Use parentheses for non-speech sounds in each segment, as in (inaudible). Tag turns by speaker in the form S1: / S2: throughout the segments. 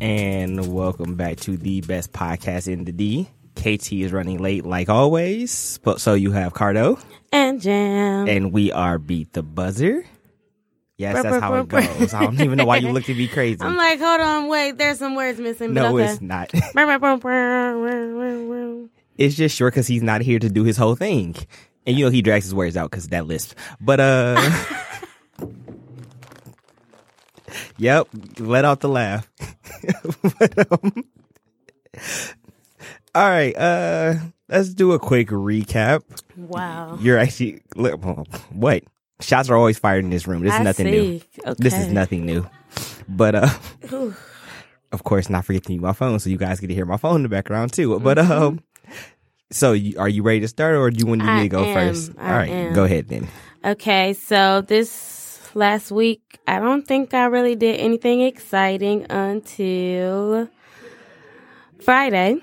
S1: And welcome back to the best podcast in the D. KT is running late like always, but so you have Cardo,
S2: and jam.
S1: and we are beat the buzzer. Yes,
S2: Brr,
S1: that's
S2: brr,
S1: how it
S2: brr, brr.
S1: goes. I don't even know why you looked at me crazy.
S2: (laughs) I'm like, hold on, wait, there's some words missing.
S1: no,
S2: but okay.
S1: it's not. (laughs)
S2: not.
S1: It's just short because he's not here to do his whole thing, and you know he drags his words out because that list. But uh, (laughs) yep, let out the laugh. (laughs) but, um, all right, uh, let's do a quick recap.
S2: Wow.
S1: You're actually look, what shots are always fired in this room. This is
S2: I
S1: nothing new.
S2: see.
S1: This is
S2: Okay.
S1: nothing new. But uh,
S2: Ooh.
S1: of course, not forgetting to use my phone, so you guys get to hear my phone in the background too. But um, so you, are you ready to start, or do you want me
S2: Mm-hmm. I
S1: to go
S2: am.
S1: first?
S2: I
S1: All right,
S2: am.
S1: go ahead then.
S2: Okay, so this last week, I don't think I really did anything exciting until Friday,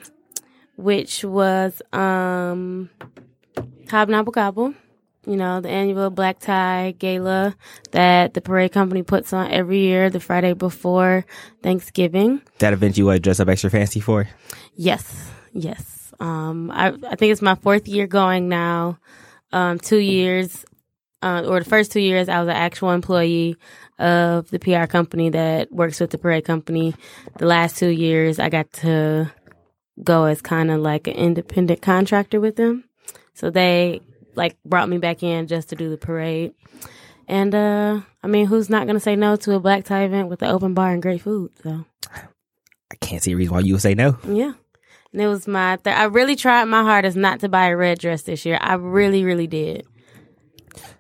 S2: which was um Hobnobble Gobble. You know, the annual black tie gala that the parade company puts on every year, the Friday before Thanksgiving.
S1: That event you uh, dress up extra fancy for?
S2: Yes, yes. Um, I I think it's my fourth year going now. Um, two years, uh, or the first two years, I was an actual employee of the PR company that works with the parade company. The last two years, I got to go as kind of like an independent contractor with them. So they like brought me back in just to do the parade. And uh, I mean, who's not gonna say no to a black tie event with an open bar and great food? So.
S1: I can't see a reason why you would say no.
S2: Yeah. And it was my th- I really tried my hardest not to buy a red dress this year. I really, really did.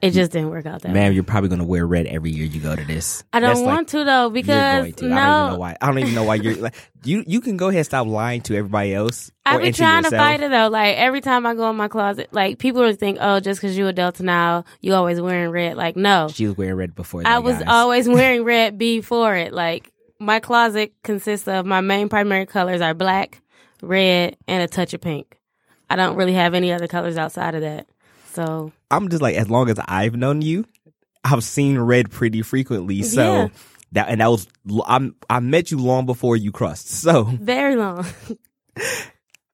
S2: It just didn't work out that way.
S1: Ma'am, you're probably going to wear red every year you go to this.
S2: I don't
S1: That's like-
S2: want to though
S1: you're
S2: because
S1: going to.
S2: no,
S1: I don't even know why. I don't even know why you're like you. You can go ahead and stop lying to everybody else. or
S2: I've been
S1: and to
S2: trying to
S1: yourself.
S2: fight it though. Like every time I go in my closet, like people would think, "Oh, just because you're a Delta now, you always wearing red." Like no,
S1: She was wearing red before. That,
S2: I was
S1: guys. (laughs)
S2: always wearing red before it. Like my closet consists of my main primary colors are black, red, and a touch of pink. I don't really have any other colors outside of that. So
S1: I'm just like as long as I've known you, I've seen red pretty frequently. So
S2: Yeah.
S1: that and that was I'm I met you long before you crossed. (laughs) So
S2: very long. (laughs)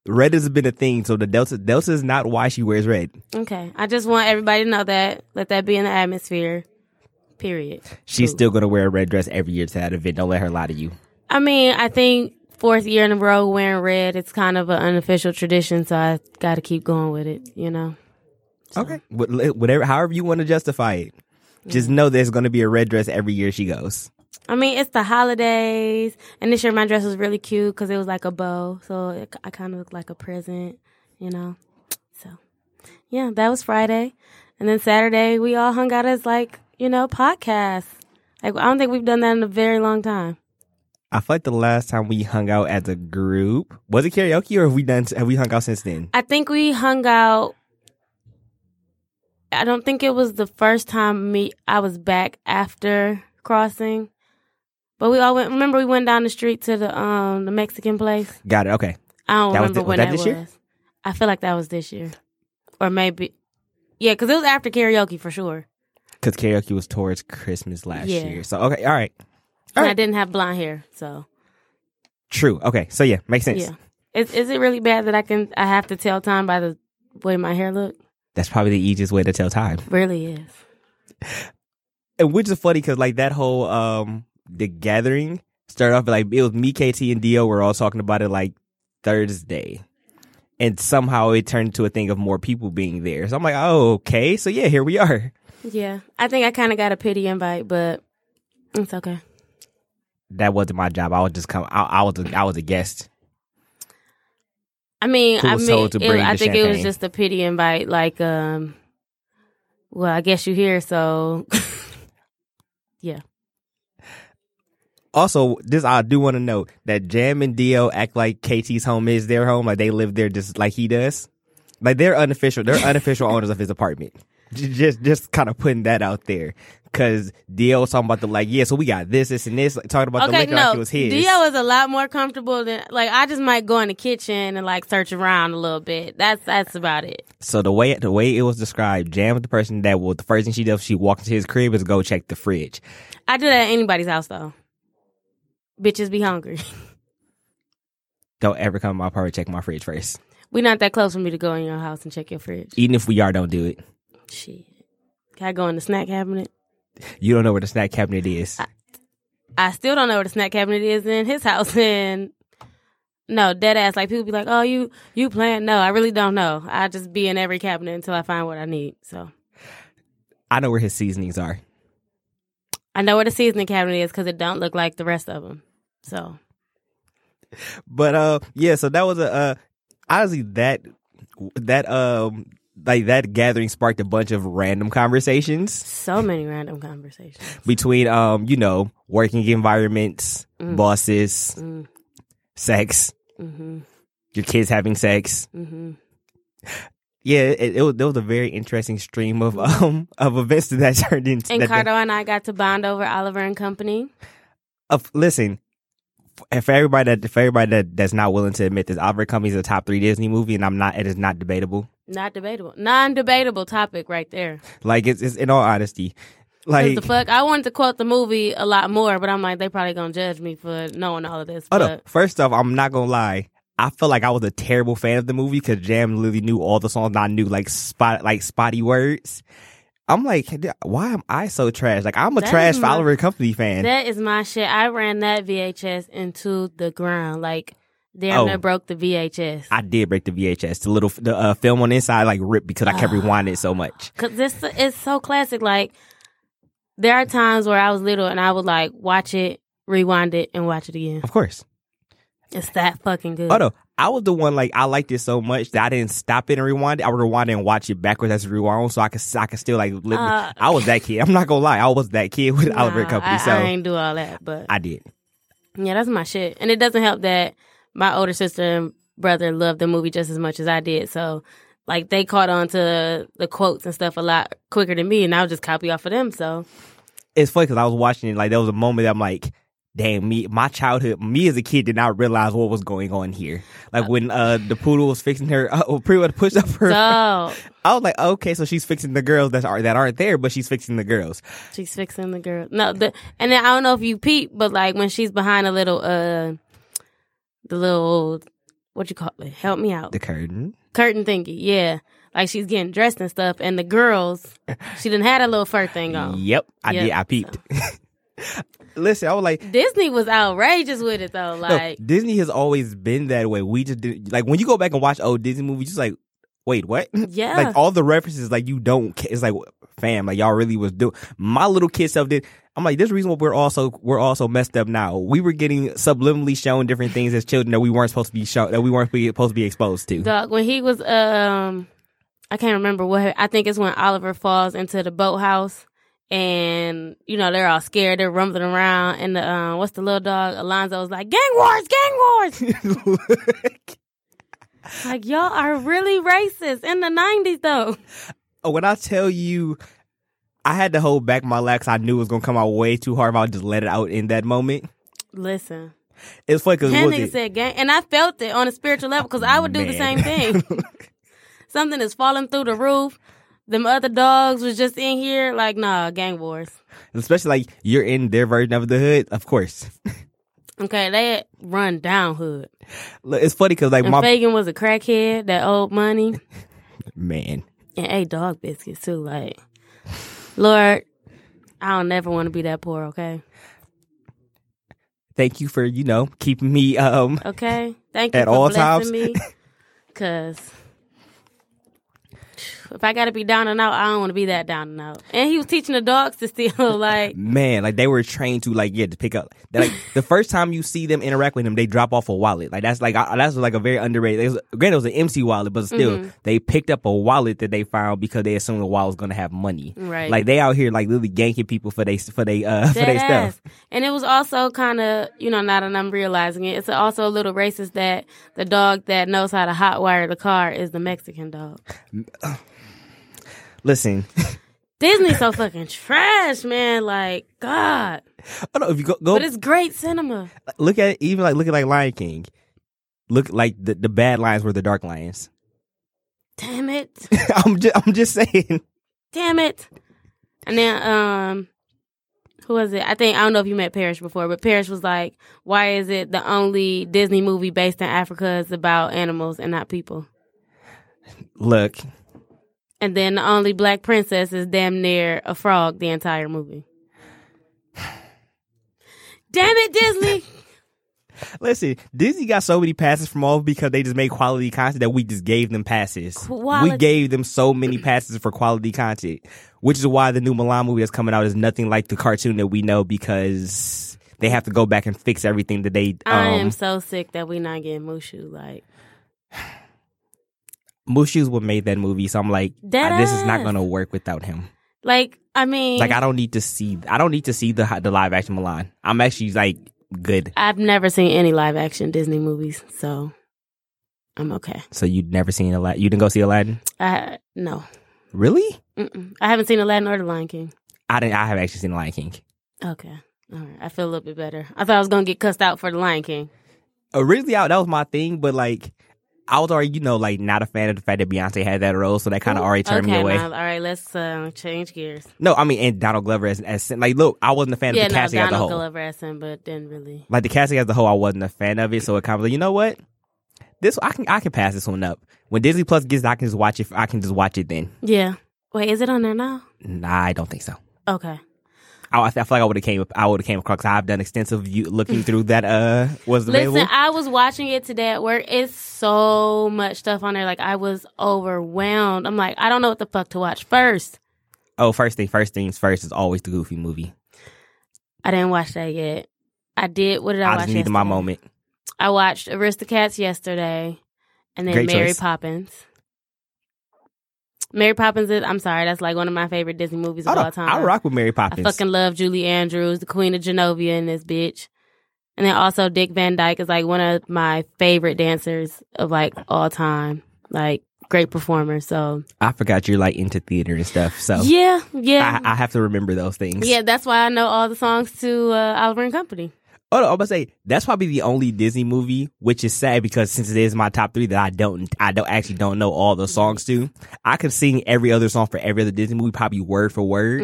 S1: red has been a thing. So the Delta Delta is not why she wears red.
S2: Okay. I just want everybody to know that. Let that be in the atmosphere. Period.
S1: She's
S2: Cool.
S1: still gonna wear a red dress every year to that event. Don't let her lie to you.
S2: I mean, I think fourth year in a row wearing red, it's kind of an unofficial tradition, so I got to keep going with it, you know?
S1: Okay, whatever, however you want to justify it.
S2: Mm.
S1: Just know there's gonna be a red dress every year she goes.
S2: I mean, it's the holidays, and this year my dress was really cute because it was like a bow, so it, I kind of looked like a present, you know? So, yeah, that was Friday. And then Saturday, we all hung out as like, you know, podcasts. Like, I don't think we've done that in a very long time.
S1: I feel like the last time we hung out as a group was it karaoke, or have we done? Have we hung out since then?
S2: I think we hung out. I don't think it was the first time me I was back after crossing, but we all went. Remember, we went down the street to the um the Mexican place.
S1: Got it. Okay.
S2: I don't
S1: That was
S2: remember
S1: thi- was
S2: when
S1: that
S2: that,
S1: this
S2: was.
S1: year?
S2: I feel like that was this year, or maybe yeah, because it was after karaoke for sure.
S1: Because karaoke was towards Christmas last
S2: Yeah.
S1: year. So, okay, all right. All
S2: And I
S1: right.
S2: didn't have blonde hair, so
S1: True. Okay. So, yeah, makes sense.
S2: yeah. Is is it really bad that I can I have to tell time by the way my hair look?
S1: That's probably the easiest way to tell time.
S2: Really is.
S1: And which is funny because, like, that whole, um, the gathering started off like it was me, KT, and Dio were all talking about it like Thursday. And somehow it turned into a thing of more people being there. So I'm like, oh, okay. So, yeah, here we are.
S2: Yeah, I think I kind of got a pity invite, but it's okay.
S1: That wasn't my job. I was just come. I, I was. A, I was a guest.
S2: I mean,
S1: Who
S2: I
S1: was
S2: mean,
S1: told to
S2: it-
S1: bring
S2: I
S1: the
S2: think it was
S1: champagne?
S2: just a pity invite. Like, (laughs) um, well, I guess you here, so
S1: Also, this I do want to note that Jam and Dio act like KT's home is their home, like they live there just like he does. Like they're unofficial, they're unofficial owners of his apartment. J- Just, just kind of putting that out there, because Dio was talking about the like, yeah, so we got this, this, and this, like, talking about the
S2: Okay,
S1: liquor like
S2: no,
S1: it was his.
S2: Dio is a lot more comfortable than like I just might go in the kitchen and like search around a little bit. That's that's about it.
S1: So the way the way it was described, Jam was the person that will the first thing she does, she walked into his crib is go check the fridge.
S2: I do that at anybody's house though. Bitches be hungry. (laughs)
S1: Don't ever come to my apartment check my fridge first.
S2: we not that close for me to go in your house and check your fridge.
S1: Even if we are, don't do it.
S2: Shit. Can I go in the snack cabinet?
S1: You don't know where the snack cabinet is.
S2: I still don't know where the snack cabinet is in his house (laughs) and no, dead ass. Like people be like, Oh, you you playing? No, I really don't know. I just be in every cabinet until I find what I need. So
S1: I know where his seasonings are.
S2: I know where the seasoning cabinet is because it don't look like the rest of them. So
S1: But uh, yeah. So that was a uh, honestly that that um like that gathering sparked a bunch of random conversations
S2: so many random conversations.
S1: between um you know working environments,
S2: Mm.
S1: bosses,
S2: Mm,
S1: sex,
S2: (laughs) mm-hmm,
S1: your kids having sex.
S2: mm-hmm.
S1: Yeah, it, it, was, there was a very interesting stream of (laughs) um of events that that turned into.
S2: And
S1: that, that-
S2: Cardo and I got to bond over Oliver and Company.
S1: of, listen, f- for everybody that for everybody that, that's not willing to admit this, Oliver Company's a top three Disney movie, and I'm not. It is not debatable.
S2: Not debatable, non-debatable topic right there.
S1: Like it's, it's in all honesty,
S2: 'Cause
S1: like
S2: the fuck, I wanted to quote the movie a lot more, but I'm like, they probably gonna judge me for knowing all of this.
S1: oh no,
S2: but
S1: first off, I'm not gonna lie. I felt like I was a terrible fan of the movie because Jam literally knew all the songs. And I knew like spot like spotty words. I'm like, why am I so trash? Like I'm a
S2: That is
S1: trash
S2: my-
S1: Oliver Company fan.
S2: that is my shit. I ran that VHS into the ground, like damn,
S1: Oh.
S2: near broke the VHS.
S1: I did break the VHS. The little the uh, film on the inside like ripped because I kept
S2: Ah.
S1: rewinding it so much.
S2: Cause this is so classic. Like there are times where I was little and I would like watch it, rewind it, and watch it again.
S1: Of course.
S2: It's that fucking good.
S1: Oh no, I was the one like I liked it so much that I didn't stop it and rewind it. I would rewind it and watch it backwards as it rewound, so I could I could still like. Live.
S2: Uh,
S1: I was that kid. I'm not gonna lie, I was that kid with
S2: Nah,
S1: Oliver and Company.
S2: I,
S1: so
S2: I
S1: I,
S2: ain't do all that, but
S1: did.
S2: yeah, that's my shit. And it doesn't help that my older sister and brother loved the movie just as much as I did. So like they caught on to the quotes and stuff a lot quicker than me, and I would just copy off of them. So
S1: It's funny because I was watching it. Like there was a moment that I'm like. Damn me! My childhood, me as a kid, did not realize what was going on here. Like when uh the poodle was fixing her, (laughs) uh, pretty much pushed up her.
S2: so
S1: I was like, okay, so she's fixing the girls that are that aren't there, but she's fixing the girls.
S2: She's fixing the girl. No, the and then I don't know if you peep, but like when she's behind a little uh the little what you call it? Help me out.
S1: The curtain.
S2: curtain thingy, yeah. Like she's getting dressed and stuff and the girls she didn't had a little fur
S1: (laughs)
S2: thing on.
S1: Yep, I
S2: Yep,
S1: did. I peeped. (laughs) Listen, I was like,
S2: Disney was outrageous with it though.
S1: no,
S2: Like
S1: Disney has always been that way. We just did like when you go back and watch old Disney movies, just like, wait, what? (laughs)
S2: Yeah.
S1: like all the references, like you don't. ca- It's like, fam, like y'all really was doing. My little kid self did. I'm like, there's a reason why we're also we're also messed up now. We were getting subliminally shown different things as children that we weren't supposed to be shown that we weren't be- supposed to be exposed to.
S2: Dog, when he was um I can't remember what I think it's when Oliver falls into the boathouse and you know they're all scared, they're rumbling around and the um what's the little dog? Alonzo's like, Gang wars, gang wars
S1: (laughs)
S2: It's like y'all are really racist in the nineties though.
S1: Oh, when I tell you, I had to hold back my lax. I knew it was gonna come out way too hard if I just let it out in that moment.
S2: Listen.
S1: It's funny because
S2: That
S1: was
S2: nigga
S1: it?
S2: said gang and I felt it on a spiritual level because I would do the
S1: Man.
S2: same thing. Something is falling through the roof. Them other dogs was just in here, like, nah, gang wars.
S1: especially like you're in their version of the hood. Of course, (laughs)
S2: Okay, they run down hood.
S1: Look, it's funny because like
S2: And
S1: my
S2: Fagan was a crackhead that owed money
S1: man,
S2: and ate dog biscuits too. Like, Lord, I don't never want to be that poor. Okay,
S1: thank you for you know keeping me um
S2: okay. Thank you
S1: At (laughs)
S2: for
S1: all
S2: blessing
S1: times?
S2: me. Cause if I got to be down and out, I don't want to be that down and out. And he was teaching the dogs
S1: (laughs)
S2: to steal. (laughs) Like,
S1: Man, like they were trained to like yeah to pick up. They're, Like
S2: (laughs)
S1: the first time you see them interact with him, they drop off a wallet. Like that's like I, that's like a very underrated. It was, granted, it was an MC wallet, but still
S2: Mm-hmm.
S1: they picked up a wallet that they found because they assumed the wallet was gonna have money.
S2: Right.
S1: Like they out here like literally ganking people for they for they uh (laughs) for
S2: dead
S1: their
S2: ass.
S1: stuff.
S2: And it was also kind of, you know, not and I'm realizing it. It's also a little racist that the dog that knows how to hotwire the car is the Mexican dog.
S1: Listen, (laughs)
S2: Disney's so fucking trash, man. Like, God.
S1: I don't know if you go, go
S2: But it's great cinema.
S1: look at even like look at like Lion King. Look like the the bad lions were the dark lions.
S2: Damn it.
S1: (laughs) I'm just I'm just saying.
S2: Damn it. And then, um, who was it? I think, I don't know if you met Parrish before, but Parrish was like, why is it the only Disney movie based in Africa is about animals and not people?
S1: Look,
S2: And then the only black princess is damn near a frog the entire movie. damn it, Disney.
S1: (laughs) listen. Disney got so many passes from all because they just made quality content that we just gave them passes.
S2: Quality.
S1: We gave them so many passes for quality content, which is why the new Milan movie that's coming out is nothing like the cartoon that we know because they have to go back and fix everything that they.
S2: I am
S1: Um,
S2: so sick that we not getting Mushu. Like,
S1: Mushu's what made that movie, so I'm like,
S2: Dead
S1: this is not
S2: ass.
S1: gonna work without him.
S2: like I mean,
S1: Like I don't need to see. I don't need to see the the live action Milan. I'm actually like good.
S2: I've never seen any live action Disney movies, so I'm okay.
S1: So you'd never seen Aladdin? You didn't go see Aladdin?
S2: I no,
S1: Really?
S2: Mm-mm. I haven't seen Aladdin or The Lion King.
S1: I didn't. I have actually seen Lion King.
S2: Okay, all right, I feel a little bit better. I thought I was gonna get cussed out for The Lion King.
S1: Originally, I, that was my thing, but like, I was already, you know, like not a fan of the fact that Beyonce had that role, so that kind of already turned me
S2: Okay,
S1: away.
S2: Miles, all right, let's uh, change gears.
S1: No, I mean, and Donald Glover as, as Sim- like, look, I wasn't a fan
S2: yeah,
S1: of the
S2: no,
S1: casting as a
S2: Donald
S1: whole.
S2: Glover as him, but didn't really.
S1: Like the casting as a whole, I wasn't a fan of it, so it kind of like, you know what? This I can I can pass this one up. When Disney Plus gets, it, I can just watch it. I can just watch it then.
S2: Yeah. Wait, is it on there now?
S1: Nah, I don't think so.
S2: Okay.
S1: I, I feel like I would have came. up- I would have came across. I've done extensive view, looking through that. Uh, was available.
S2: Listen, I was watching it today at work. It's so much stuff on there. Like I was overwhelmed. I'm like, I don't know what the fuck to watch first.
S1: Oh, first thing, first things first is always the Goofy movie.
S2: I didn't watch that yet. I did. What did I,
S1: I
S2: watch?
S1: just needed my
S2: yesterday?
S1: moment.
S2: I watched Aristocats yesterday, and then
S1: Great
S2: Mary
S1: choice.
S2: Poppins. Mary Poppins is. I'm sorry, that's like one of my favorite Disney movies of
S1: I,
S2: all
S1: don't-
S2: time.
S1: I rock with Mary
S2: I
S1: Poppins.
S2: fucking love Julie Andrews, the Queen of Genovia in this bitch. And then also Dick Van Dyke is like one of my favorite dancers of like all time. Like great performer. So
S1: I forgot you're like into theater and stuff, so
S2: yeah, yeah.
S1: I, I have to remember those things.
S2: yeah, that's why I know all the songs to uh, Oliver and Company.
S1: Oh, no, I'm gonna say that's probably the only Disney movie, which is sad because since it is my top three that I don't, I don't actually don't know all the songs to. I could sing every other song for every other Disney movie, probably word for word,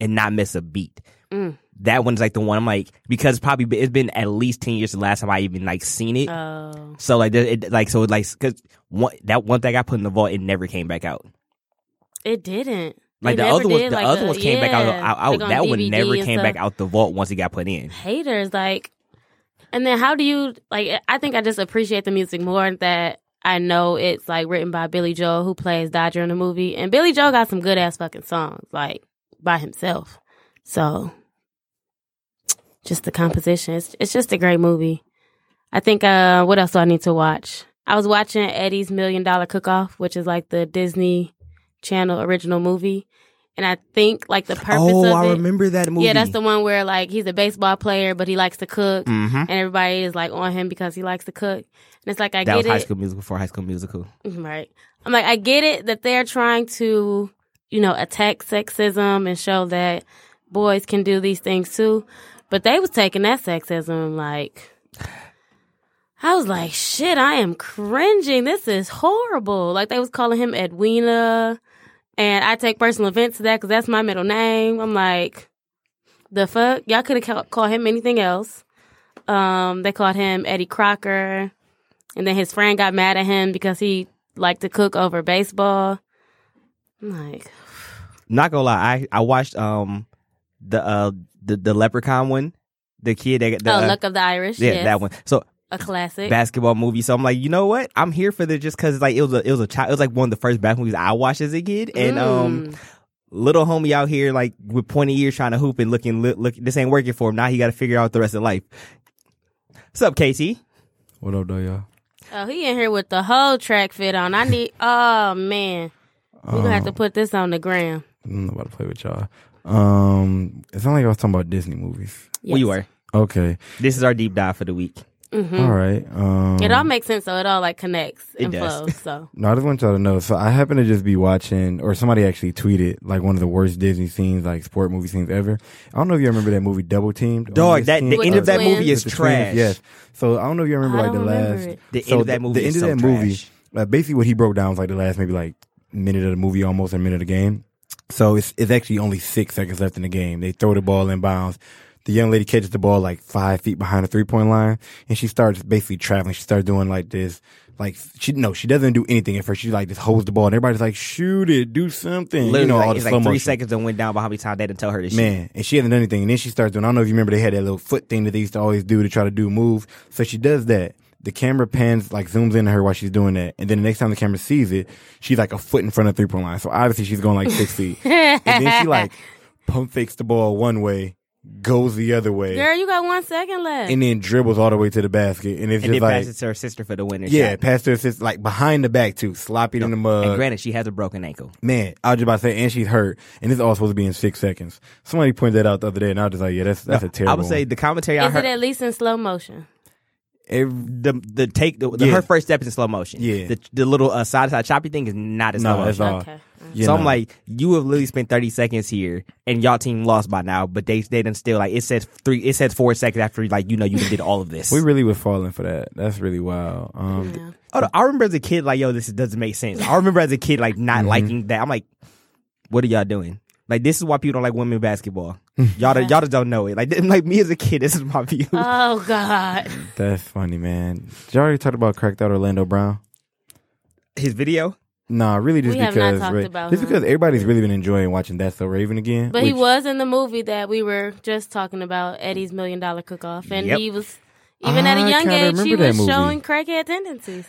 S1: and not miss a beat.
S2: Mm-hmm. Mm.
S1: That one's like the one I'm like because probably be- it's been at least ten years the last time I even like seen it.
S2: Oh.
S1: So like, there- it, like so it like because one that one thing I put in the vault, it never came back out.
S2: It didn't.
S1: Like the
S2: They never
S1: other ones,
S2: did,
S1: the
S2: like,
S1: other ones came back out.
S2: yeah,
S1: out, out-
S2: like on
S1: that one
S2: DVD
S1: never
S2: and
S1: came
S2: stuff.
S1: back out the vault once it got put in.
S2: haters like and then how do you like i think i just appreciate the music more that i know it's like written by billy joel who plays dodger in the movie and billy joel got some good ass fucking songs like by himself so just the composition it's, it's just a great movie i think uh what else do i need to watch i was watching eddie's million dollar cook off which is like the disney channel original movie and i think like the purpose
S1: Oh,
S2: of
S1: I
S2: it
S1: remember that movie.
S2: yeah, that's the one where like he's a baseball player, but he likes to cook,
S1: Mm-hmm.
S2: and everybody is like on him because he likes to cook. And it's like I
S1: That was
S2: get
S1: High
S2: it,
S1: School Musical before High School Musical.
S2: Mm-hmm. right? I'm like I get it that they're trying to, you know, attack sexism and show that boys can do these things too, but they was taking that sexism like. I was like, shit, I am cringing. This is horrible. Like they was calling him Edwina, and I take personal offense to that because that's my middle name. I'm like, the fuck? Y'all could have ca- called him anything else. Um, they called him Eddie Crocker, and then his friend got mad at him because he liked to cook over baseball. I'm like, oh,
S1: Not gonna lie, I I watched um the uh the the Leprechaun one, the kid that got the
S2: oh,
S1: uh,
S2: luck of the Irish.
S1: yeah
S2: yes.
S1: that one. So
S2: a classic.
S1: basketball movie. So I'm like, you know what? I'm here for this just because like it was a it was a child. It was like one of the first basketball movies I watched as a kid, and um.
S2: Mm.
S1: Little homie out here, like with pointy ears, trying to hoop and looking, look, look, this ain't working for him. Now he got to figure out the rest of life. What's up, Casey?
S3: What up, though, y'all?
S2: oh, he in here with the whole track fit on. I need. Oh man, we're gonna
S1: Oh.
S2: have to put this on the gram.
S3: I'm not about to play with y'all. Um, it sounded like I was talking about Disney movies.
S1: Where you
S2: Yes.
S1: are?
S3: Okay,
S1: This is our deep dive for the week.
S3: all right. Um,
S2: Mm-hmm. It all makes sense, so it all like connects and
S1: does.
S2: flows.
S1: (laughs)
S2: So
S3: No, I just want y'all to know. So I happen to just be watching, or somebody actually tweeted like one of the worst Disney scenes, like sport movie scenes ever. I don't know if you remember that movie Double Teamed.
S1: Dog,
S3: Only
S1: that-
S3: Skin
S1: the
S2: With
S1: end
S2: the
S1: of that
S2: twins.
S1: movie is
S3: With the twins,
S1: trash.
S3: Yes. So I don't know if you remember
S2: I
S3: like the
S2: don't remember
S3: last.
S2: it.
S1: The
S3: so
S1: end of that movie
S3: The
S1: is
S3: end of
S1: so
S3: that movie.
S1: trash.
S3: Like Uh, basically, what he broke down was like the last maybe like minute of the movie, almost a minute of the game. So it's it's actually only six seconds left in the game. They throw the ball in bounds. The young lady catches the ball like five feet behind the three point line, and she starts basically traveling. She starts doing like this, like she no, she doesn't do anything at first. She like just holds the ball, and everybody's like, "Shoot it, do something!"
S1: Literally,
S3: you know,
S1: like,
S3: all the
S1: it's
S3: slow
S1: like three
S3: motion.
S1: seconds and went down by how many times they didn't tell her to shit.
S3: Man, and she hasn't done anything. And then she starts doing, I don't know if you remember, they had that little foot thing that they used to always do to try to do moves. So she does that. The camera pans, like zooms into her while she's doing that. And then the next time the camera sees it, she's like a foot in front of the three point line. So obviously she's going
S1: (laughs)
S3: like six feet. And then she like pump fakes the ball one way, goes the other way,
S2: girl, you got one second left.
S3: and then dribbles all the way to the basket. And it's
S1: and then
S3: just like,
S1: passes to her sister for the winner.
S3: yeah, uh,
S1: shot.
S3: past her assist, like behind the back too, sloppy in the mud.
S1: and granted, she has a broken ankle.
S3: Man, I was just about to say, and she's hurt, and it's all supposed to be in six seconds. Somebody pointed that out the other day, and I was just like, "Yeah, that's that's a terrible."
S1: I would say
S3: one.
S1: the commentary I
S2: is
S1: heard.
S2: it at least in slow motion?
S3: Every-
S1: the the take the, the-
S3: Yeah.
S1: her first step is in slow motion.
S3: Yeah.
S1: The the little uh, side to side choppy thing is not in slow
S3: no, that's
S1: motion.
S3: all.
S2: Okay.
S3: You
S1: so I'm
S3: know.
S1: like, you have literally spent 30 seconds here, and y'all team lost by now, but they they done still like it says three, it says four seconds after like you know you done did all of this.
S3: we really were falling for that. That's really wild. Um,
S2: Yeah.
S1: Oh, no, I remember as a kid like yo, this doesn't make sense. I remember as a kid like not
S3: Mm-hmm.
S1: liking that. I'm like, what are y'all doing? Like this is why people don't like women
S3: (laughs)
S1: basketball. Y'all don't, y'all just don't know it. Like (laughs) th- like me as a kid, this is my view.
S2: Oh
S1: (laughs)
S2: God.
S3: That's funny, man. Did you already talk about cracked out Orlando Brown?
S1: His video.
S3: Nah, really, just
S2: We have not
S3: because
S2: talked
S3: right-
S2: about
S3: just
S2: him.
S3: because everybody's really been enjoying watching That's So Raven again.
S2: But he
S3: which-
S2: was in the movie that we were just talking about, Eddie's Million Dollar Cook Off, and
S1: Yep.
S2: he was even at
S3: I
S2: a young
S3: kinda
S2: age he
S3: remember that
S2: was
S3: movie.
S2: showing crackhead tendencies.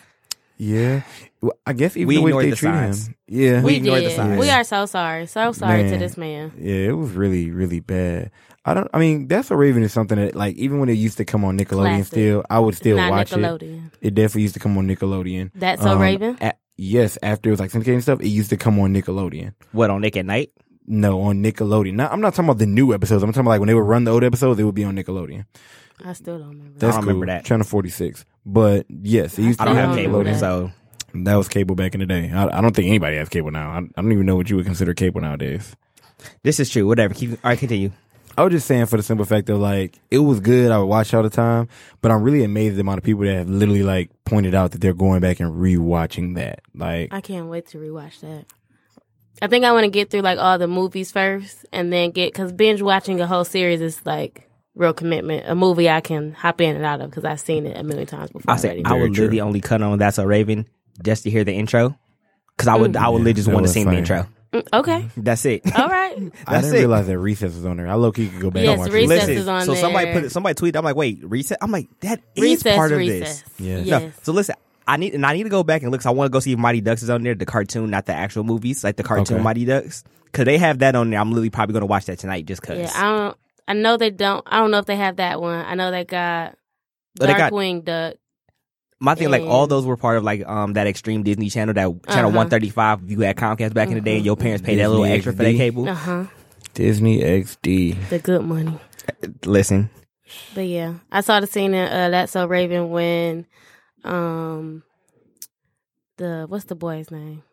S3: yeah. Well, I guess even
S1: We
S3: the way
S1: ignored
S3: they
S1: the
S3: treat
S1: signs.
S3: him, yeah,
S1: We
S2: We,
S1: ignored the
S2: did.
S1: signs.
S2: We are so sorry, so sorry to
S3: Man.
S2: this man.
S3: yeah, it was really really bad. I don't. I mean, That's So Raven is something that like even when it used to come on Nickelodeon,
S2: Classic.
S3: still I would still
S2: Not
S3: watch it.
S2: Nickelodeon.
S3: It definitely used to come on Nickelodeon.
S2: That's so
S3: Um,
S2: Raven.
S3: a- yes, after it was like syndicated and stuff, it used to come on Nickelodeon.
S1: What on Nick at night?
S3: No, on Nickelodeon. Not, I'm not talking about the new episodes. I'm talking about like when they would run the old episodes, it would be on Nickelodeon.
S2: I still don't remember.
S3: That's
S1: I don't remember
S3: cool.
S1: that.
S3: Channel 46. But yes, it used
S1: I
S3: to
S1: don't
S3: be
S1: have
S3: on
S1: cable,
S3: Nickelodeon.
S1: so
S3: That was cable back in the day. I, I don't think anybody has cable now. I, I don't even know what you would consider cable nowadays.
S1: this is true. Whatever. Keep, all right, continue.
S3: I was just saying for the simple fact that like it was good. I would watch all the time, but I'm really amazed at the amount of people that have literally like pointed out that they're going back and rewatching that. Like,
S2: I can't wait to rewatch that. I think I want to get through like all the movies first, and then get because binge watching a whole series is like real commitment. A movie I can hop in and out of because I've seen it a million times before.
S1: I say
S2: already.
S1: I
S3: Very
S1: would
S3: true.
S1: literally only cut on That's a Raven just to hear the intro. Cause I would I would literally just
S3: Mm. that
S1: want to
S3: was
S1: sing the
S3: fire.
S1: intro.
S2: Mm, okay,
S1: That's
S3: (laughs)
S1: it.
S2: all right.
S3: I
S1: That's
S3: didn't
S1: it.
S3: realize that Recess was on there. I low key could go back
S2: Yes,
S3: and watch
S2: Recess
S3: Recess.
S1: Listen,
S2: is on
S1: so somebody
S2: there.
S1: put somebody tweeted. I'm like, wait, reset. I'm like, that is
S2: Recess,
S1: part of
S2: recess.
S1: this.
S3: Yes.
S1: No,
S2: Yes.
S1: so listen, I need and I need to go back and look. 'cause I want to go see if Mighty Ducks is on there, the cartoon, not the actual movies, like the cartoon
S3: Okay.
S1: Mighty Ducks. Cause they have that on there. I'm literally probably gonna watch that tonight just cause.
S2: Yeah, I don't. I know they don't. I don't know if they have that one. I know they got
S1: But they got-
S2: Darkwing Duck.
S1: My thing, like all
S2: And-
S1: those were part of like um that extreme Disney channel, that channel
S2: Uh-huh.
S1: 135 you had Comcast back in the day, and your parents paid that little
S3: Disney
S1: extra for that
S3: XD.
S1: cable.
S2: Uh huh.
S3: Disney XD.
S2: The good money.
S1: Listen,
S2: But yeah, I saw the scene in uh, That's So Raven when, um, the what's the boy's name?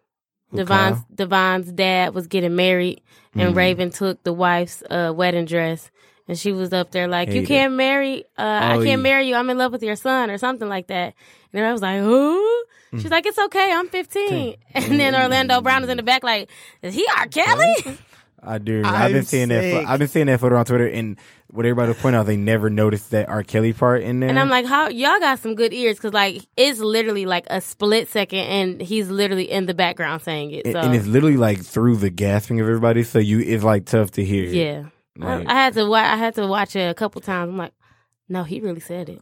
S2: Devon's
S3: Kyle? Mm-hmm.
S2: Devon's dad was getting married, and Raven took the wife's uh, wedding dress, and she was up there like, "You
S3: Hate it.
S2: can't marry, uh,
S3: Oh,
S2: I
S3: yeah.
S2: can't marry you. I'm in love with your son, or something like that." And I was like, "Who?"
S3: Mm.
S2: She's like, "It's okay. I'm 15." (laughs) And then Orlando Brown is in the back, like, "Is he R. (laughs) Kelly?"
S3: I do. i have been
S1: I'm
S3: seeing that.
S1: sick.
S3: fo- I've been seeing that photo on Twitter, and what everybody would point out, they never noticed that R. Kelly part in there.
S2: And I'm like, "How y'all got some good ears? Because like, it's literally like a split second, and he's literally in the background saying it.
S3: and,
S2: So
S3: and it's literally like through the gasping of everybody, so you it's like tough to hear.
S2: yeah." I-
S3: Like,
S2: I had to wa- I had to watch it a couple times. I'm like, No, he really said it.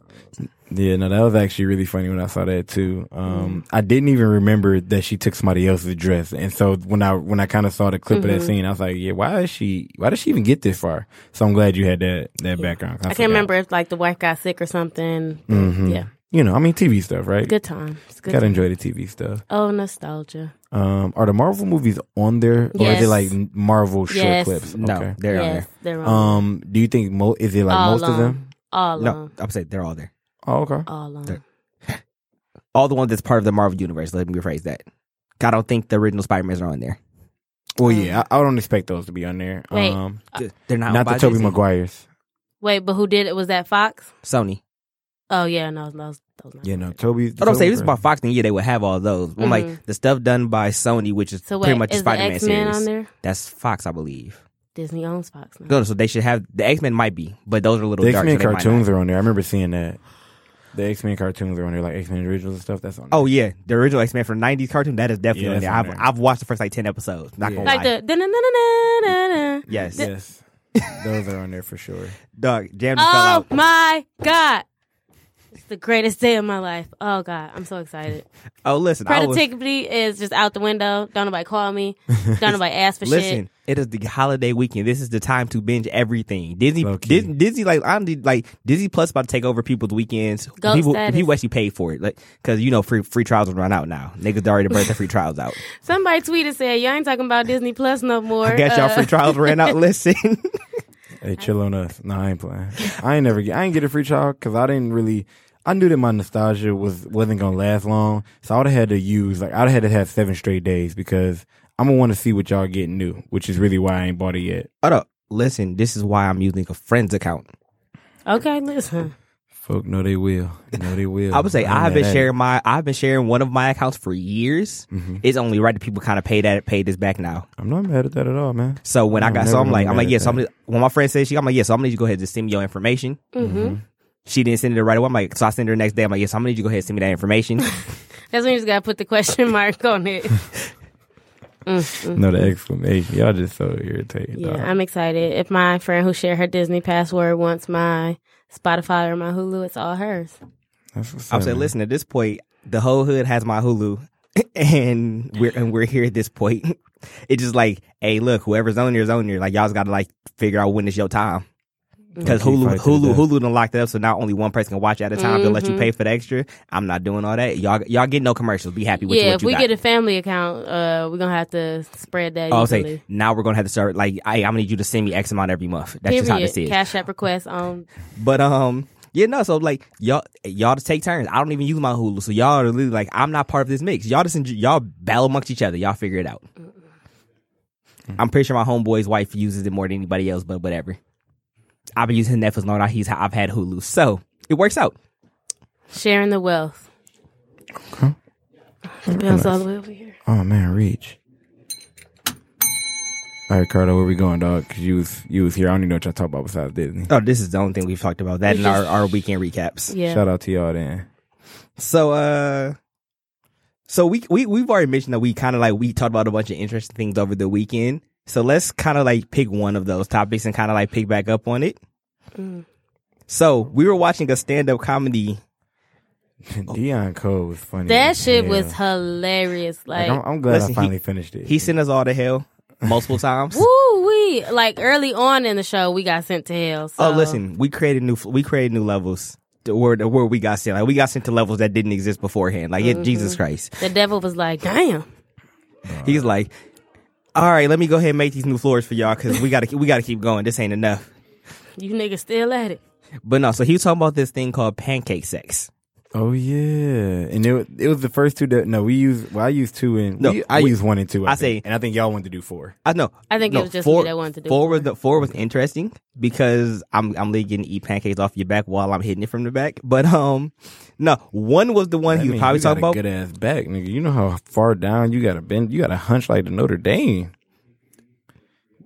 S3: Yeah, no, that was actually really funny when I saw that too. Um, I didn't even remember that she took somebody else's dress, and so when I when I kind of saw the clip
S2: Mm-hmm.
S3: of that scene, I was like, yeah, why is she? Why did she even get this far? So I'm glad you had that that background. 'cause
S2: I
S3: forgot.
S2: can't remember if like the wife got sick or something. Yeah,
S3: You know, I mean, TV stuff, right?
S2: good time. It's good.
S3: Gotta
S2: Time.
S3: enjoy the TV stuff.
S2: Oh, nostalgia.
S3: Um, are the Marvel movies on there, or are
S2: Yes.
S3: they like Marvel short
S2: Yes.
S3: clips?
S1: No,
S3: Okay.
S1: they're on
S2: yes,
S1: there.
S2: they're on.
S3: Um, do you think mo- is it like
S2: all
S3: most
S2: on.
S3: of them?
S2: All
S1: No,
S2: on.
S1: I'm saying they're all there.
S3: Oh, okay.
S2: All on.
S1: They're- All the ones that's part of the Marvel universe. Let me rephrase that. I don't think the original Spider-Mans are on there.
S3: Well, yeah, I, I don't expect those to be on there.
S2: Wait.
S3: um,
S1: They're not. owned
S3: not the
S1: by
S3: Toby
S1: Disney.
S3: Maguires.
S2: Wait, but who did it? Was that Fox?
S1: Sony.
S2: Oh yeah, no, no, those not
S3: Yeah, no,
S2: good.
S3: Toby.
S1: But I'm saying
S3: Toby
S1: if it's by
S3: Maguire.
S1: Fox, then yeah, they would have all those. I'm
S2: Mhm.
S1: like the stuff done by Sony, which is
S2: So wait,
S1: pretty much the
S2: is the
S1: Spider-Man
S2: X Men
S1: series.
S2: on there?
S1: That's Fox, I believe.
S2: Disney owns Fox now.
S1: No, so they should have the X Men. Might be, but those are little
S3: The X
S1: dark,
S3: Men
S1: so they might not.
S3: cartoons are on there. I remember seeing that. The X Men cartoons are on there, like X Men originals and stuff. That's on. There.
S1: Oh yeah, the original X Men from '90s cartoon that is definitely
S3: Yeah,
S1: on
S3: that's
S1: there.
S3: on
S1: I've
S3: there.
S1: I've watched the first like ten episodes. Not
S3: Yeah.
S1: gonna
S2: Like
S1: lie.
S2: the da-na-na-na-na-na-na.
S1: yes,
S3: yes,
S2: (laughs)
S3: those are on there for sure.
S1: Doug Jam just fell
S2: Oh
S1: out.
S2: my god. It's the greatest day of my life. Oh god, I'm so excited.
S1: Oh listen, I was,
S2: Productivity is just out the window. Don't nobody
S1: (laughs)
S2: call me. Don't nobody ask for
S1: listen.
S2: shit.
S1: It is the holiday weekend. This is the time to binge everything. Disney,
S3: Low key.
S1: Disney, Disney, like I'm the- like Disney Plus about to take over people's weekends.
S2: Ghost
S1: people,
S2: status.
S1: people actually pay for it, like because you know free free trials will run out now. Niggas already burnt their free trials
S2: (laughs)
S1: out.
S2: Somebody tweeted said, "Y'all ain't talking about Disney Plus no more."
S1: I guess y'all
S2: Uh,
S1: free trials ran
S2: (laughs)
S1: out. Listen,
S3: Hey, chill on us. No, I ain't playing. I ain't never. Get, I ain't get a free trial because I didn't really. I knew that my nostalgia was wasn't gonna last long, so I would have had to use like I'd have had to have seven straight days because I'm gonna want to see what y'all getting new, which is really why I ain't bought it yet.
S1: hold up. Listen, this is why I'm using a friend's account.
S2: Okay, listen.
S3: Folk know they will. No, (laughs) they will.
S1: I would say
S3: I'm
S1: I've
S3: mad
S1: been
S3: at it.
S1: sharing my I've been sharing one of my accounts for years.
S3: Mm-hmm.
S1: It's only right that people kind of pay that pay this back now.
S3: I'm not mad at that at all, man.
S1: So when I
S3: I'm
S1: got
S3: never
S1: so I'm
S3: gonna
S1: like
S3: be
S1: I'm
S3: mad
S1: like
S3: at
S1: yeah. So I'm
S3: that.
S1: gonna- when my friend says she I'm like yeah. So I'm gonna need you to go ahead and just send me your information.
S2: hmm
S1: She didn't send it right away. I'm like so I send her the next day. I'm like yeah. So I'm gonna need you to go ahead and send me that
S2: (laughs)
S1: information.
S2: That's when you just gotta put the question (laughs) mark
S1: (laughs)
S2: on it. Mm,
S1: Mm-hmm.
S3: No, the exclamation. Y'all just so irritated.
S2: Yeah,
S3: dog.
S2: I'm excited. If my friend who shared her Disney password wants my Spotify or my Hulu, it's all hers.
S3: That's what's
S1: I'm
S3: up,
S1: saying
S3: man.
S1: listen at this point the whole hood has my Hulu (laughs) and we're and we're here at this point. (laughs) It's just like hey look whoever's on here is on here. Like y'all's got to like figure out when is your time. Because
S3: Don't
S1: Hulu,
S3: keep fighting to
S1: Hulu,
S3: the death.
S1: Hulu done locked it up, so now only one person can watch at a time. They'll let
S2: Mm-hmm.
S1: you pay for the extra. I'm not doing all that. Y'all, y'all get no commercials. Be happy with
S2: yeah,
S1: what
S2: if
S1: you
S2: we
S1: got. Oh,
S2: get a family account, uh, we're gonna have to spread that.
S1: I'll
S2: easily.
S1: say now we're gonna have to start like I, I'm gonna need you to send me X amount every month. That's just how
S2: Period.
S1: this is.
S2: Cash app request on.
S1: But um, yeah, no. So like y'all, y'all just take turns. I don't even use my Hulu, so y'all are really like I'm not part of this mix. Y'all just enjoy, y'all battle amongst each other. Y'all figure it out. I'm pretty sure my homeboy's wife uses it more than anybody else, but whatever. I've been using Netflix long enough. He's I've had Hulu, so it works out.
S2: Sharing the wealth. The bell's all the way over here.
S3: Oh man, reach. All right, Cardo, where we going, dog? Cause you was you was here. I don't even know what y'all talk about besides Disney.
S1: Oh, this is the only thing we've talked about. That and our, our weekend recaps.
S2: Yeah.
S3: Shout out to y'all then.
S1: So uh so we we we've already mentioned that we kinda like we talked about a bunch of interesting things over the weekend. So let's kinda like pick one of those topics and kinda like pick back up on it. So we were watching a stand up comedy. Oh.
S3: (laughs) Dion Cole was funny.
S2: That
S3: as
S2: shit
S3: hell.
S2: was hilarious. Like,
S3: Like, I'm, I'm glad
S1: Listen,
S3: I
S1: he-
S3: finally finished it.
S1: He sent us all to hell multiple times.
S2: woo wee. Like early on in the show, we got sent to hell.
S1: Oh,
S2: So.
S1: listen, we created new we created new levels. to Where the where we got sent, like we got sent to levels that didn't exist beforehand. Like it, Jesus Christ,
S2: The devil was like, "Damn,
S1: he's like, all right, let me go ahead and make these new floors for y'all because we gotta we gotta keep going. This ain't enough.
S2: you niggas still at it."
S1: But no, so he was talking about this thing called pancake sex.
S3: oh yeah, and it was, it was the first two. That, no, we used. Well, I used two and
S1: No,
S3: we- I
S1: we-
S3: used one and two. I,
S1: I
S3: think.
S1: say-
S3: and I think y'all wanted to do four.
S1: I know.
S2: I think it
S1: no,
S2: was just
S1: four,
S2: me that wanted to do
S1: four
S2: four.
S1: was the four was interesting because I'm I'm literally getting to eat pancakes off your back while I'm hitting it from the back. But um, no, one was the one
S3: That
S1: he was
S3: means
S1: probably
S3: you got
S1: talking
S3: a
S1: about.
S3: good ass back, nigga. You know how far down you got to bend. You got to hunch like the Notre Dame.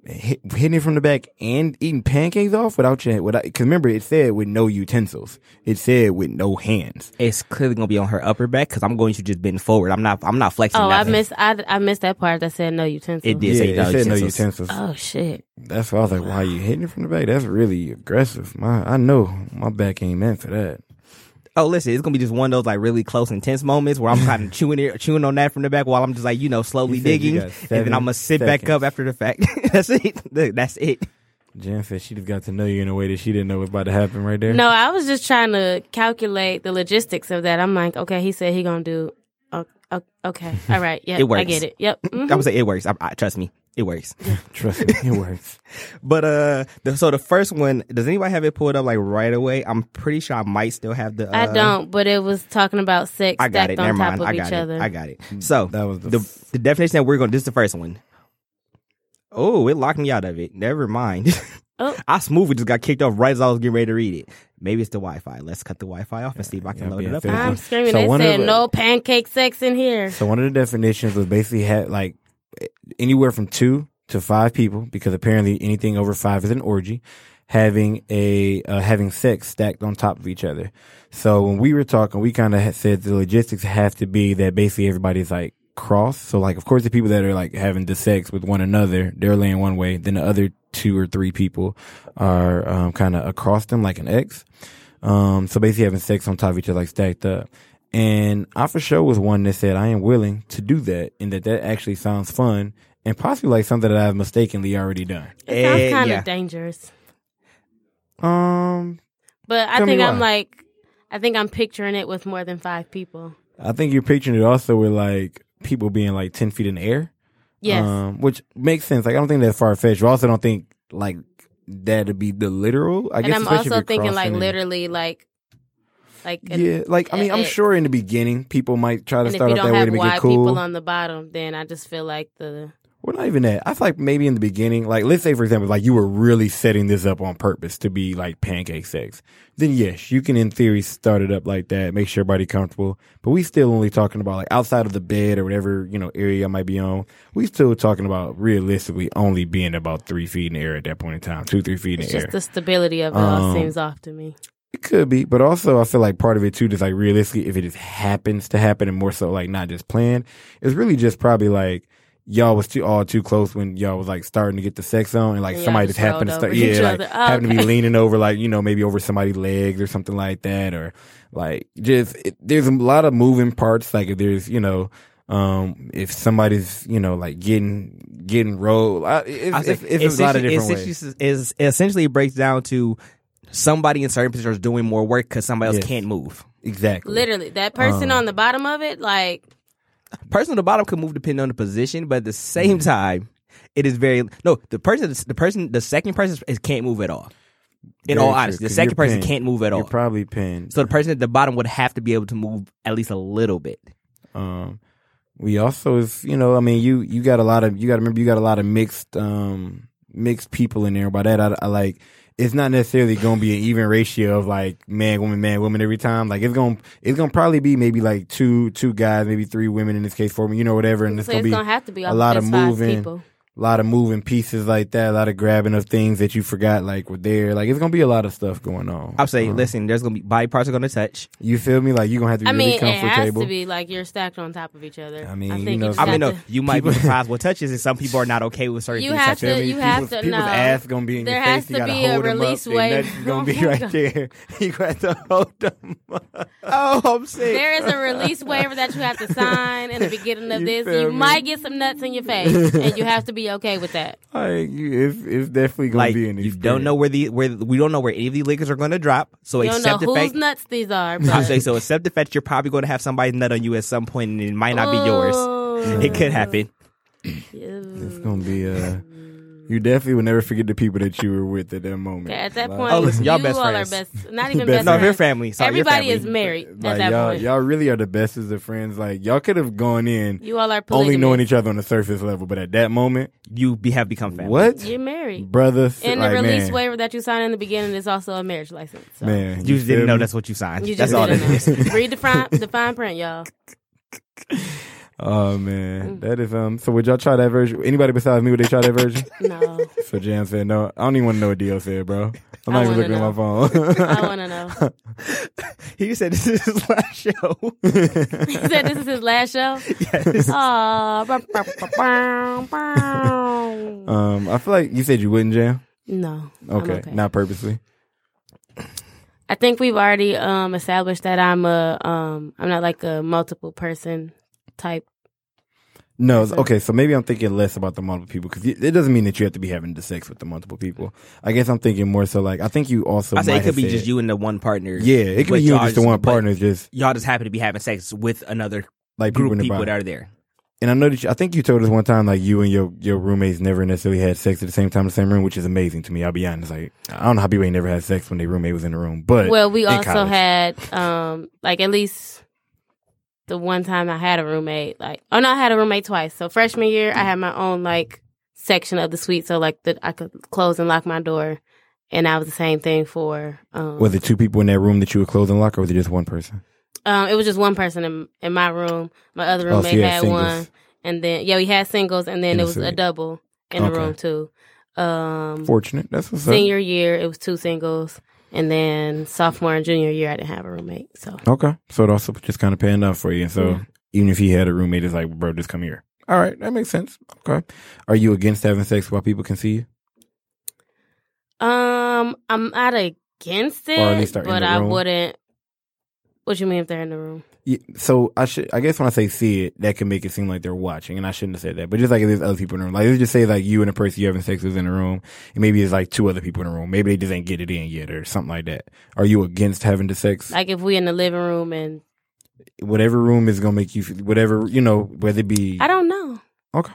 S3: hit, hitting it from the back and eating pancakes off without your without. Because remember, it said with no utensils. It said with no hands.
S1: It's clearly gonna be on her upper back because I'm going to just bend forward. I'm not. I'm not flexing.
S2: Oh, I
S1: nothing.
S2: missed. I, I missed that part that said no utensils.
S1: It did. Yeah,
S3: yeah,
S1: say
S3: it
S1: no
S3: said no
S1: utensils.
S3: utensils.
S2: Oh shit.
S3: That's why I was like, "Why you hitting it from the back? That's really aggressive." My, I know my back ain't meant for that.
S1: Oh, listen, it's gonna be just one of those like really close, intense moments
S3: (laughs)
S1: where I'm kind of chewing it, chewing on that from the back while I'm just like you know slowly
S3: You said you
S1: digging,
S3: got
S1: and then I'm gonna sit
S3: seven
S1: back up
S3: seconds.
S1: after the fact. (laughs) That's it. Look, That's it.
S3: Jan said she just got to know you in a way that she didn't know was about to happen right there.
S2: No, I was just trying to calculate the logistics of that. I'm like, okay, he said he gonna do. o- o-
S3: (laughs)
S2: Okay, all right, yeah,
S1: It works.
S2: I get it. Yep.
S1: I'm
S2: mhm.
S1: gonna say it works. I, I, trust me, it works.
S3: Trust me, it works.
S1: But uh, the, so the first one, does anybody have it pulled up like right away? I'm pretty sure I might still have the. Uh,
S2: I don't, but it was talking about sex
S1: I got
S2: stacked
S1: it.
S2: on
S1: Never
S2: top
S1: mind.
S2: of
S1: I
S2: each
S1: got it.
S2: other.
S1: I got it. So
S3: Mm, That was the
S1: the
S3: f-
S1: the definition that we're going. to This is the first one. Oh, it locked me out of it. Never mind. (laughs)
S2: Oh.
S1: I smoothly just got kicked off right as I was getting ready to read it. Maybe it's the Wi-Fi. Let's cut the Wi-Fi off and see if I can
S3: yeah,
S1: load
S3: yeah,
S1: it up.
S3: fair.
S2: am
S1: again.
S2: screaming.
S3: So
S2: they
S3: one of
S2: said
S3: the-
S2: no pancake sex in here. (laughs)
S3: So one of the definitions was basically had like anywhere from two to five people, because apparently anything over five is an orgy, having a uh, having sex stacked on top of each other. So when we were talking, we kind of said the logistics have to be that basically everybody's like cross. So like, of course, the people that are like having the sex with one another, they're laying one way. Then the other two or three people are um, kind of across them like an X. Um, so basically having sex on top of each other, like stacked up. And I for sure was one that said I am willing to do that, and that that actually sounds fun, and possibly like something that I've mistakenly already done.
S2: It sounds
S1: Eh,
S2: kind of
S1: yeah.
S2: dangerous,
S3: Um,
S2: but I
S3: Tell me
S2: think I'm
S3: why.
S2: like, I think I'm picturing it with more than five people.
S3: I think you're picturing it also with like people being like ten feet in the air.
S2: Yes.
S3: Um, which makes sense. Like I don't think that's far fetched. I also don't think like that'd be the literal. I
S2: and
S3: guess
S2: I'm
S3: especially if
S2: also
S3: you're
S2: thinking like
S3: crossing it.
S2: literally like like an-
S3: Yeah, like I mean,
S2: an
S3: I'm
S2: X.
S3: sure in the beginning people might try
S2: And
S3: to
S2: if you
S3: start
S2: don't
S3: off that way
S2: have
S3: to make
S2: wide
S3: it cool.
S2: people on the bottom, then I just feel like the
S3: Well, not even that. I feel like maybe in the beginning, like let's say for example, like you were really setting this up on purpose to be like pancake sex. Then yes, you can in theory start it up like that, make sure everybody comfortable. But we still only talking about like outside of the bed or whatever you know area I might be on. We still talking about realistically only being about three feet in the air at that point in time, two three feet in
S2: it's
S3: the air.
S2: just the stability of it all
S3: Um,
S2: seems off to me.
S3: It could be, but also I feel like part of it too, just like realistically, if it just happens to happen and more so like not just planned, it's really just probably like y'all was too all too close when y'all was like starting to get the sex on and like
S2: And y'all
S3: somebody
S2: just
S3: just happened to
S2: rolled
S3: start,
S2: over each
S3: yeah, like
S2: other. Oh,
S3: happened to
S2: okay. (laughs)
S3: be leaning over like, you know, maybe over somebody's legs or something like that or like just, it, there's a lot of moving parts. Like if there's, you know, um, if somebody's, you know, like getting, getting rolled, I-
S1: I
S3: it's,
S1: was like,
S3: it's, it's a lot of
S1: essentially-
S3: different ways.
S1: essentially- is- essentially, it breaks down to somebody in certain positions doing more work because somebody else
S3: Yes.
S1: can't move.
S3: Exactly.
S2: Literally, that person
S3: Um,
S2: on the bottom of it, like
S1: person at the bottom could move depending on the position, but at the same
S3: Mm-hmm.
S1: time, it is very no. The person, the person, the second person is, can't move at all. In
S3: Very
S1: all
S3: true,
S1: honesty, the
S3: 'cause
S1: second
S3: you're
S1: person
S3: pinned.
S1: can't move at all.
S3: You're probably pinned.
S1: so the person at the bottom would have to be able to move at least a little bit.
S3: Um, we also is you know I mean you you got a lot of you got to remember you got a lot of mixed um mixed people in there. By that I, I like it's not necessarily going to be an even ratio of like man woman man woman every time. Like it's going to it's going to probably be maybe like two two guys maybe three women in this case for me you know whatever and it's
S2: so
S3: going
S2: it's
S3: to be
S2: gonna have to be
S3: a
S2: off of
S3: lot of
S2: just five
S3: moving.
S2: people.
S3: a lot of moving pieces like that, a lot of grabbing of things that you forgot like were there. Like it's going to be a lot of stuff going on.
S1: I'm saying,
S3: Uh,
S1: listen, there's gonna be body parts are gonna touch.
S3: you feel me? Like you're going to have to be
S2: I mean,
S3: really
S2: it has
S3: comfortable.
S2: to be like you're stacked on top of each other.
S3: I mean,
S2: I
S3: you
S2: think
S3: know-
S2: just
S1: I mean, no,
S2: have to-
S1: you might be
S3: People-
S1: surprised what touches, and some people are not okay with certain
S2: You
S1: things.
S2: have
S1: touching.
S2: to- you have to
S3: people's
S2: know.
S3: ass gonna be in
S2: There
S3: your
S2: has
S3: face. You
S2: to
S3: gotta
S2: be a
S3: hold 'em
S2: release
S3: up. Their
S2: way.
S3: nuts gonna
S2: (laughs)
S3: be right there. (laughs) You got to hold them up.
S1: (laughs) Oh, I'm sick.
S2: there is a release waiver that you have to sign
S3: (laughs)
S2: in the beginning of
S3: You
S2: this.
S3: feel
S2: You
S3: me?
S2: might get some nuts in your face, and you have to be okay with that.
S3: Like you, it's, it's definitely gonna
S1: like
S3: be an.
S1: you don't know where the where we don't know where any of these liquors are gonna drop. So
S2: You don't know
S1: accept the
S2: whose
S1: fact.
S2: nuts these
S3: (laughs)
S2: are.
S1: I'm
S2: but-
S1: saying so. Accept the fact you're probably going to have somebody's nut on you at some point, and it might not be yours.
S2: Ooh.
S3: (laughs)
S1: It could happen.
S3: It's gonna be uh You definitely will never forget the people that you were with at that moment.
S2: Yeah, at that
S3: Like-
S2: point,
S1: Oh, listen, y'all
S2: you
S1: best
S2: all
S1: friends.
S2: are best. Not even best.
S3: (laughs) Best friends.
S1: No, if
S2: friends.
S1: your family. Sorry, your
S2: Everybody
S1: family.
S2: is married at
S3: like
S2: that
S3: y'all,
S2: point.
S3: y'all really are the bestest of friends. Like y'all could have gone in
S2: you all are
S3: only
S2: polygamous.
S3: knowing each other on the surface level, but at that moment,
S1: You be, have become family.
S3: what
S2: You're married.
S3: brother?
S2: And
S3: like,
S2: the release
S3: man,
S2: waiver that you signed in the beginning is also a marriage license. So
S3: man,
S1: You just
S3: feel
S1: didn't know
S3: me?
S1: that's what you signed.
S3: (laughs)
S2: you
S1: that's
S2: just
S1: all.
S2: didn't
S1: That is.
S2: know. Read the fine, the fine print, y'all.
S3: Oh
S2: Mm.
S3: man, that is um. So would y'all try that version? Anybody besides me would they try that version?
S2: No,
S3: so Jam said no. I don't even want to know what Dio said, bro. I'm
S2: I wanna
S3: not even looking
S2: know.
S3: at my phone. (laughs)
S2: I want to know.
S1: He said this is his last
S2: (laughs)
S1: show.
S2: He said this is his last
S3: (laughs)
S2: show. Yes.
S3: (laughs) um, I feel like you said you wouldn't jam.
S2: no. I'm
S3: Okay,
S2: okay.
S3: not purposely.
S2: I think we've already um, established that I'm a um, I'm not like a multiple person type.
S3: No, it's-
S2: Okay.
S3: okay, so maybe I'm thinking less about the multiple people because it doesn't mean that you have to be having the sex with the multiple people. I guess I'm thinking more so like I think you also.
S1: I say
S3: might
S1: it could
S3: have
S1: be
S3: said-
S1: just you and the one partner.
S3: Yeah, it could
S1: But
S3: be you
S1: y'all
S3: and just the one
S1: but
S3: partner, just
S1: Y'all just happen to be having sex with another
S3: like people
S1: group of
S3: in the
S1: people
S3: body.
S1: that are there.
S3: And I know that you, I think you told us one time like you and your your roommates never necessarily had sex at the same time in the same room, which is amazing to me. I'll be honest, like I don't know how people ain't never had sex when their roommate was in the room, but
S2: Well, we
S3: in
S2: also
S3: college.
S2: had um, like at least the one time I had a roommate. Like oh no, I had a roommate twice. So freshman year,
S3: Mm.
S2: I had my own like section of the suite, so like that I could close and lock my door, and I was the same thing for. Um,
S3: was it two people in that room that you would close and lock, or was it just one person?
S2: Um, it was just one person in in my room. My other
S3: Oh, so
S2: roommate
S3: you had
S2: had,
S3: singles.
S2: one, and then yeah, we had singles, and then
S3: In
S2: it
S3: the
S2: was a
S3: suite.
S2: double in the
S3: Okay.
S2: room too. Um,
S3: Fortunate, that's what's up.
S2: senior year, it was two singles, and then sophomore and junior year, I didn't have a roommate. So
S3: Okay. So it also just kind of panned out for you. And so
S2: Yeah.
S3: even if he had a roommate, it's like, bro, just come here. All right. That makes sense. Okay. Are you against having sex while people can see you?
S2: um, I'm not against it,
S3: least they're in
S2: but
S3: the
S2: I
S3: room.
S2: wouldn't. What you mean if they're in the room?
S3: Yeah, so I should, I guess when I say see it, that can make it seem like they're watching, and I shouldn't have said that. But just like if there's other people in the room, like let's just say like you and the person you having sex with in the room, and maybe it's like two other people in the room, maybe they just ain't get it in yet or something like that. Are you against having the sex?
S2: Like if we in the living room and
S3: whatever room is gonna make you, feel- whatever you know, whether it be
S2: I don't know.
S3: Okay.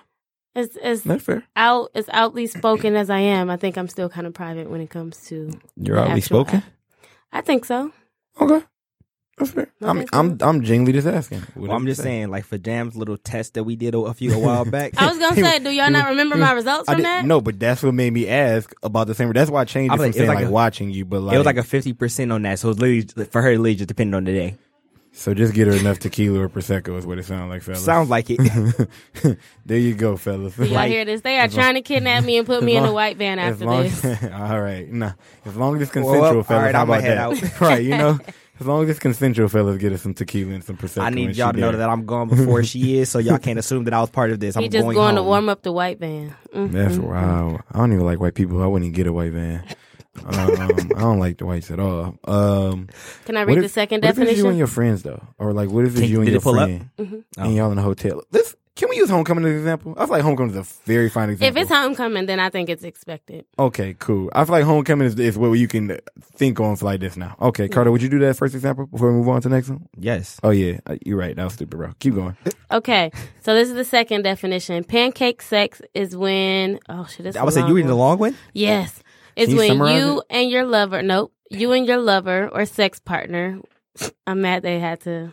S2: As as
S3: that's fair.
S2: out as outly spoken as I am, I think I'm still kind of private when it comes to
S3: You're
S2: the
S3: outly
S2: actual
S3: spoken.
S2: act. I think so.
S3: Okay, that's fair. I mean,
S2: Okay,
S3: I'm I'm genuinely just asking.
S1: Well, I'm just saying, like for Jam's little test that we did a, a few a
S3: (laughs)
S1: while back.
S2: I was gonna
S3: He
S2: say, do y'all
S3: he
S2: not
S3: was-
S2: remember
S3: he
S2: my
S3: was-
S2: results
S3: I
S2: from
S3: didn't-
S2: that?
S3: No, but that's what made me ask about the same. That's why I changed
S1: I was
S3: it from
S1: like, it was
S3: saying
S1: like
S3: like
S1: a-
S3: watching you, but like
S1: it was like a fifty percent on that, so it's literally for her. It literally just depended on the day.
S3: So just get her enough tequila or prosecco is what it sounds like, fellas.
S1: Sounds like it.
S3: (laughs) there you go, fellas.
S2: Do y'all hear this? They are trying to kidnap me and put me in a white van
S3: As
S2: after
S3: long,
S1: (laughs)
S2: this.
S3: all right, nah. As long as it's
S1: Well,
S3: consensual,
S1: well,
S3: fellas.
S1: all right,
S3: how
S1: I'ma
S3: about
S1: head
S3: that? (laughs) right, you
S1: (laughs)
S3: know. As long as it's consensual, fellas, get us some tequila and some prosecco.
S1: I
S3: and
S1: need y'all
S3: she
S1: to know
S3: there.
S1: that I'm gone before she is, so y'all
S3: (laughs)
S1: can't assume that I was part of this. I'm
S2: (laughs) He just
S1: going,
S2: going,
S1: home.
S2: to warm up the white van. Mm.
S3: That's wow. I don't even like white people. I wouldn't even get a white van. Um, I don't like the whites at all. Um,
S2: Can I
S3: what
S2: read
S3: if-
S2: the second
S3: what if it's you and
S2: definition?
S3: your friends though, or like what if it's
S1: Can-
S3: you and
S1: did it
S3: your
S1: pull up?
S3: friend
S2: Mhm.
S3: and y'all in a hotel? This can we use homecoming as an example? I feel like homecoming is a very fine
S2: If
S3: example.
S2: it's homecoming, then I think it's expected.
S3: Okay, cool. I feel like homecoming is, is what you can think on for like this now. Okay, Carter, would you do that first example before we move on to the next one?
S1: Yes.
S3: Oh yeah, Uh, you're right. That was stupid, bro. Keep going.
S2: Okay, so this is the second definition. Pancake sex is when oh shit, this
S1: I would say you reading the
S2: one.
S1: long one.
S2: Yes, it's
S3: you
S2: when
S3: summarize
S2: you and your lover. Nope, you and your lover or sex partner. I'm mad they had to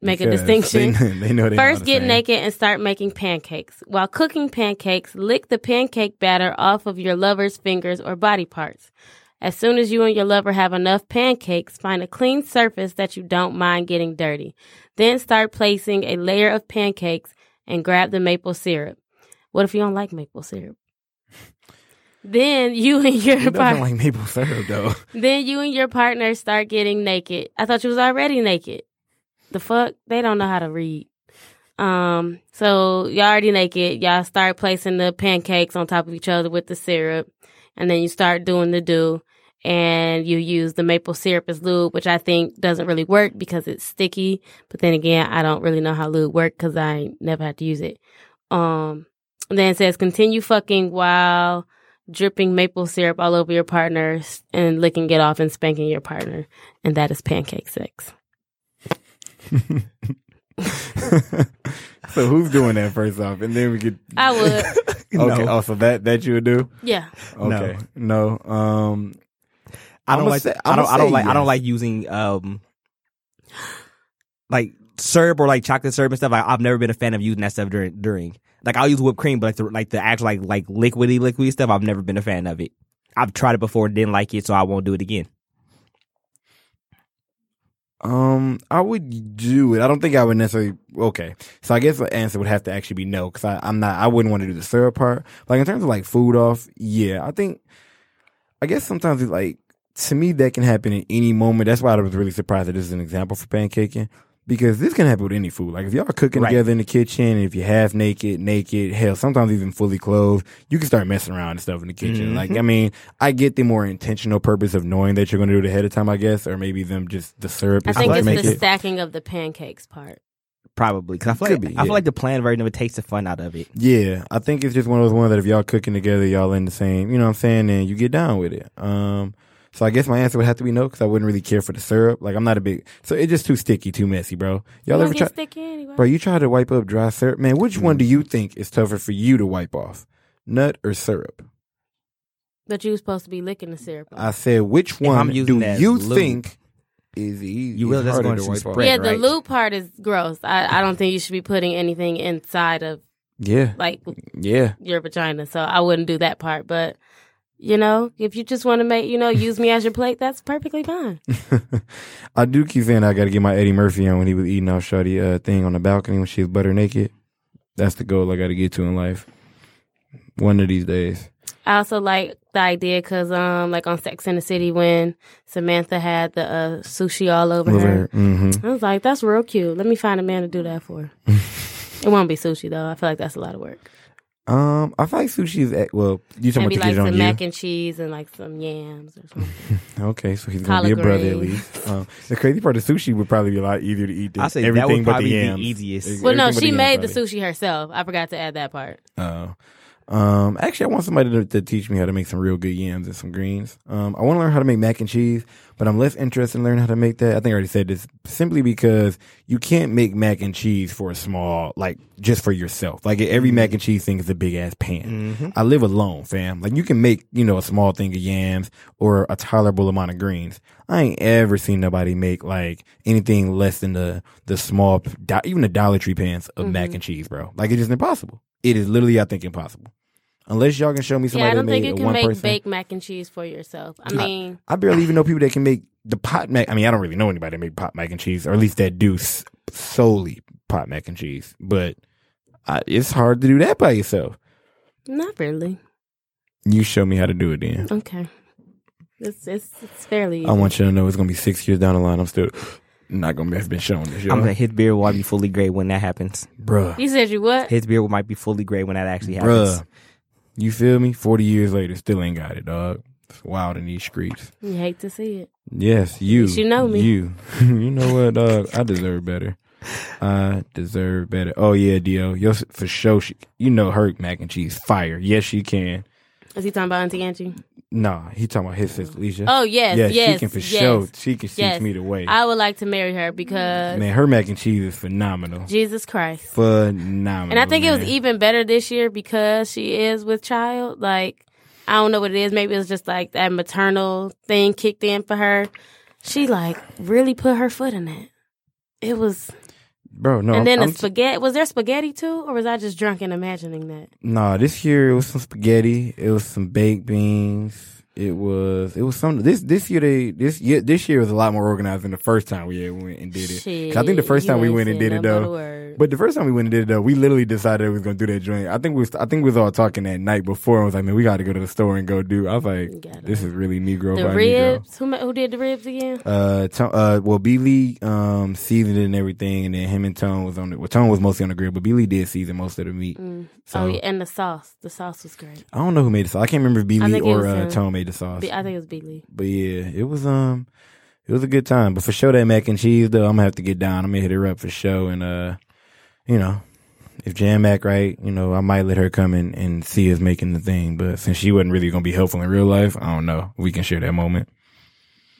S2: make a
S3: Because
S2: distinction.
S3: (laughs) They, they know they
S2: First,
S3: not the
S2: get
S3: same.
S2: naked and start making pancakes. While cooking pancakes, lick the pancake batter off of your lover's fingers or body parts. As soon as you and your lover have enough pancakes, find a clean surface that you don't mind getting dirty. Then start placing a layer of pancakes and grab the maple syrup. What if you don't like maple
S3: (laughs)
S2: syrup? Then you and your
S3: It
S2: partner,
S3: doesn't like maple syrup though.
S2: then you and your partner start getting naked. I thought you was already naked. The fuck? They don't know how to read. Um, so y'all already naked. Y'all start placing the pancakes on top of each other with the syrup, and then you start doing the do, and you use the maple syrup as lube, which I think doesn't really work because it's sticky. But then again, I don't really know how lube work because I ain't never had to use it. Um, and then it says continue fucking while dripping maple syrup all over your partner and licking it off and spanking your partner, and that is pancake sex.
S3: (laughs) so who's doing that first off, and then we could.
S2: I would,
S3: (laughs) Okay. Oh, so that that you would do?
S2: yeah.
S3: Okay. No. Um.
S1: I don't
S3: I'ma
S1: like.
S3: say-
S1: I
S3: I'ma
S1: don't. I don't
S3: say
S1: like. I
S3: yes.
S1: don't like using um, like syrup or like chocolate syrup and stuff. I, I've never been a fan of using that stuff during during. Like I'll use whipped cream, but like the like the actual like like liquidy liquidy stuff, I've never been a fan of it. I've tried it before, didn't like it, so I won't do it again.
S3: Um, I would do it. I don't think I would necessarily. Okay, so I guess the answer would have to actually be no, because I'm not. I wouldn't want to do the syrup part. Like in terms of like food off, yeah, I think. I guess sometimes it's like to me that can happen in any moment. That's why I was really surprised that this is an example for pancaking because this can happen with any food. Like if y'all are cooking
S1: Right.
S3: together in the kitchen, and if you're half naked, naked, hell, sometimes even fully clothed, you can start messing around and stuff in the kitchen. Like I mean, I get the more intentional purpose of knowing that you're going to do it ahead of time, I guess, or maybe them just the syrup.
S2: I
S3: is
S2: think
S3: what
S2: it's
S3: make
S2: the
S3: it.
S2: stacking of the pancakes part.
S1: Probably because I feel like
S3: Could be,
S1: I
S3: yeah.
S1: feel like the planned version of it takes the fun out of it.
S3: Yeah, I think it's just one of those ones that if y'all cooking together, y'all in the same, you know what I'm saying, and you get down with it. Um, so I guess my answer would have to be no because I wouldn't really care for the syrup. Like I'm not a big, so it's just too sticky, too messy, bro. Y'all
S2: Don't
S3: ever
S2: get
S3: try?
S2: sticky anyway.
S3: Bro, you try to wipe up dry syrup, man. Which one do you
S1: Mm.
S3: think is tougher for you to wipe off, nut or syrup?
S2: But you were supposed to be licking the syrup.
S3: I said, which one
S1: I'm using
S3: do
S1: that
S3: you
S1: lube,
S3: think is easy?
S1: you will,
S3: is
S1: that's
S3: harder
S1: going
S3: to
S1: to
S3: wipe
S1: spread.
S3: off?
S2: yeah,
S1: bread,
S2: the
S1: right?
S2: loop part is gross. I, I don't think you should be putting anything inside of
S3: Yeah,
S2: like
S3: yeah.
S2: your vagina. So I wouldn't do that part. But you know, if you just want to make you know use me as your plate, that's perfectly fine.
S3: (laughs) I do keep saying I got to get my Eddie Murphy on when he was eating off Shorty uh, thing on the balcony when she was butter naked. That's the goal I got to get to in life. One of these days.
S2: I also like the idea because um like on Sex in the City when Samantha had the uh, sushi all over her,
S3: hmm
S2: I was like, that's real cute. Let me find a man to do that for.
S3: (laughs)
S2: her." it won't be sushi though. I feel like that's a lot of work.
S3: Um, I feel like sushi is at, well. You talking
S2: Maybe
S3: about
S2: like
S3: to get it on
S2: some
S3: you?
S2: mac and cheese and like some yams or something.
S3: okay, so he's gonna be a
S2: collard
S3: brother at
S2: greens.
S3: least. Um, the crazy part, the sushi would probably be a lot easier to eat than
S1: I say that would
S3: everything but
S1: probably
S3: the
S1: be
S3: yams.
S1: easiest.
S2: well, no,
S3: Everything but
S2: she
S3: yams,
S2: made
S3: probably.
S2: the sushi herself. I forgot to add that part.
S3: Oh. Um, actually, I want somebody to, to teach me how to make some real good yams and some greens. Um, I want to learn how to make mac and cheese, but I'm less interested in learning how to make that. I think I already said this simply because you can't make mac and cheese for a small, like just for yourself. Like every mac and cheese thing is a big ass pan. I live alone, fam. Like you can make, you know, a small thing of yams or a tolerable amount of greens. I ain't ever seen nobody make like anything less than the, the small, do- even the Dollar Tree pans of mac and cheese, bro. Like it's just impossible. It is literally, I think, impossible. Unless y'all can show me somebody
S2: yeah, I don't
S3: that made
S2: think you
S3: it
S2: can
S3: one
S2: make
S3: person.
S2: baked mac and cheese for yourself. I mean,
S3: I barely even know people that can make the pot mac. I mean, I don't really know anybody that make pot mac and cheese, or at least that do s- solely pot mac and cheese. But I, it's hard to do that by yourself.
S2: not really.
S3: You show me how to do it then.
S2: Okay, it's it's, it's fairly.
S3: I want you to know it's gonna be six years down the line. I'm still not gonna have been shown this,
S1: I'm
S3: y'all.
S1: saying his beard will be fully gray when that happens.
S3: bruh,
S2: you said you what?
S1: His beard might be fully gray when that actually happens.
S3: bruh. You feel me? Forty years later, still ain't got it, dog. It's wild in these streets.
S2: You hate to see it.
S3: Yes, you.
S2: least you know me.
S3: You. (laughs) you know what, dog? I deserve better. I deserve better. Oh yeah, Dio. Yo, for sure. She, you know her mac and cheese fire. Yes, she can.
S2: Is he talking about Auntie Angie?
S3: Nah, he talking about his sister, Alicia.
S2: Oh yes,
S3: yeah,
S2: yes,
S3: she can for
S2: yes.
S3: sure. She can teach
S2: yes.
S3: me the way.
S2: I would like to marry her because
S3: man, her mac and cheese is phenomenal.
S2: Jesus Christ.
S3: Phenomenal.
S2: And I think it was
S3: man.
S2: even better this year because she is with child. Like, I don't know what it is. Maybe it's just like that maternal thing kicked in for her. She like really put her foot in it. It was,
S3: bro. No,
S2: and then
S3: I'm,
S2: the spaghetti. Was there spaghetti too, or was I just drunk and imagining that?
S3: Nah, this year it was some spaghetti. It was some baked beans. It was it was some this this year they this year this year was a lot more organized than the first time we had went and did it. 'Cause I think the
S2: Shit,
S3: first time
S2: you
S3: we
S2: ain't
S3: went and
S2: said
S3: did it
S2: nothing but a
S3: though.
S2: word.
S3: But the first time we went and did it though, we literally decided we was gonna do that joint. I think we was, I think we was all talking that night before. I was like, man, we got to go to the store and go do. I was
S2: Gotta.
S3: like, this is really Negro
S2: the
S3: by Negro.
S2: ribs. Who ma- who did the ribs again?
S3: Uh, Tone, uh, well, B Lee um seasoned it and everything, and then him and Tone was on the. Well, Tone was mostly on the grill, but B Lee did season most of the meat. So
S2: oh, yeah, and the sauce. The sauce was great.
S3: I don't know who made the sauce. I can't remember if B
S2: I
S3: Lee
S2: think it
S3: or
S2: was
S3: uh,
S2: him.
S3: Tone made the sauce.
S2: Be- I think it was Beely.
S3: But yeah, it was um, it was a good time. But for sure, that mac and cheese though, I'm gonna have to get down. I'm gonna hit her up for sure. And uh, you know, if Jam Mac right, you know, I might let her come in and see us making the thing. But since she wasn't really gonna be helpful in real life, I don't know. We can share that moment.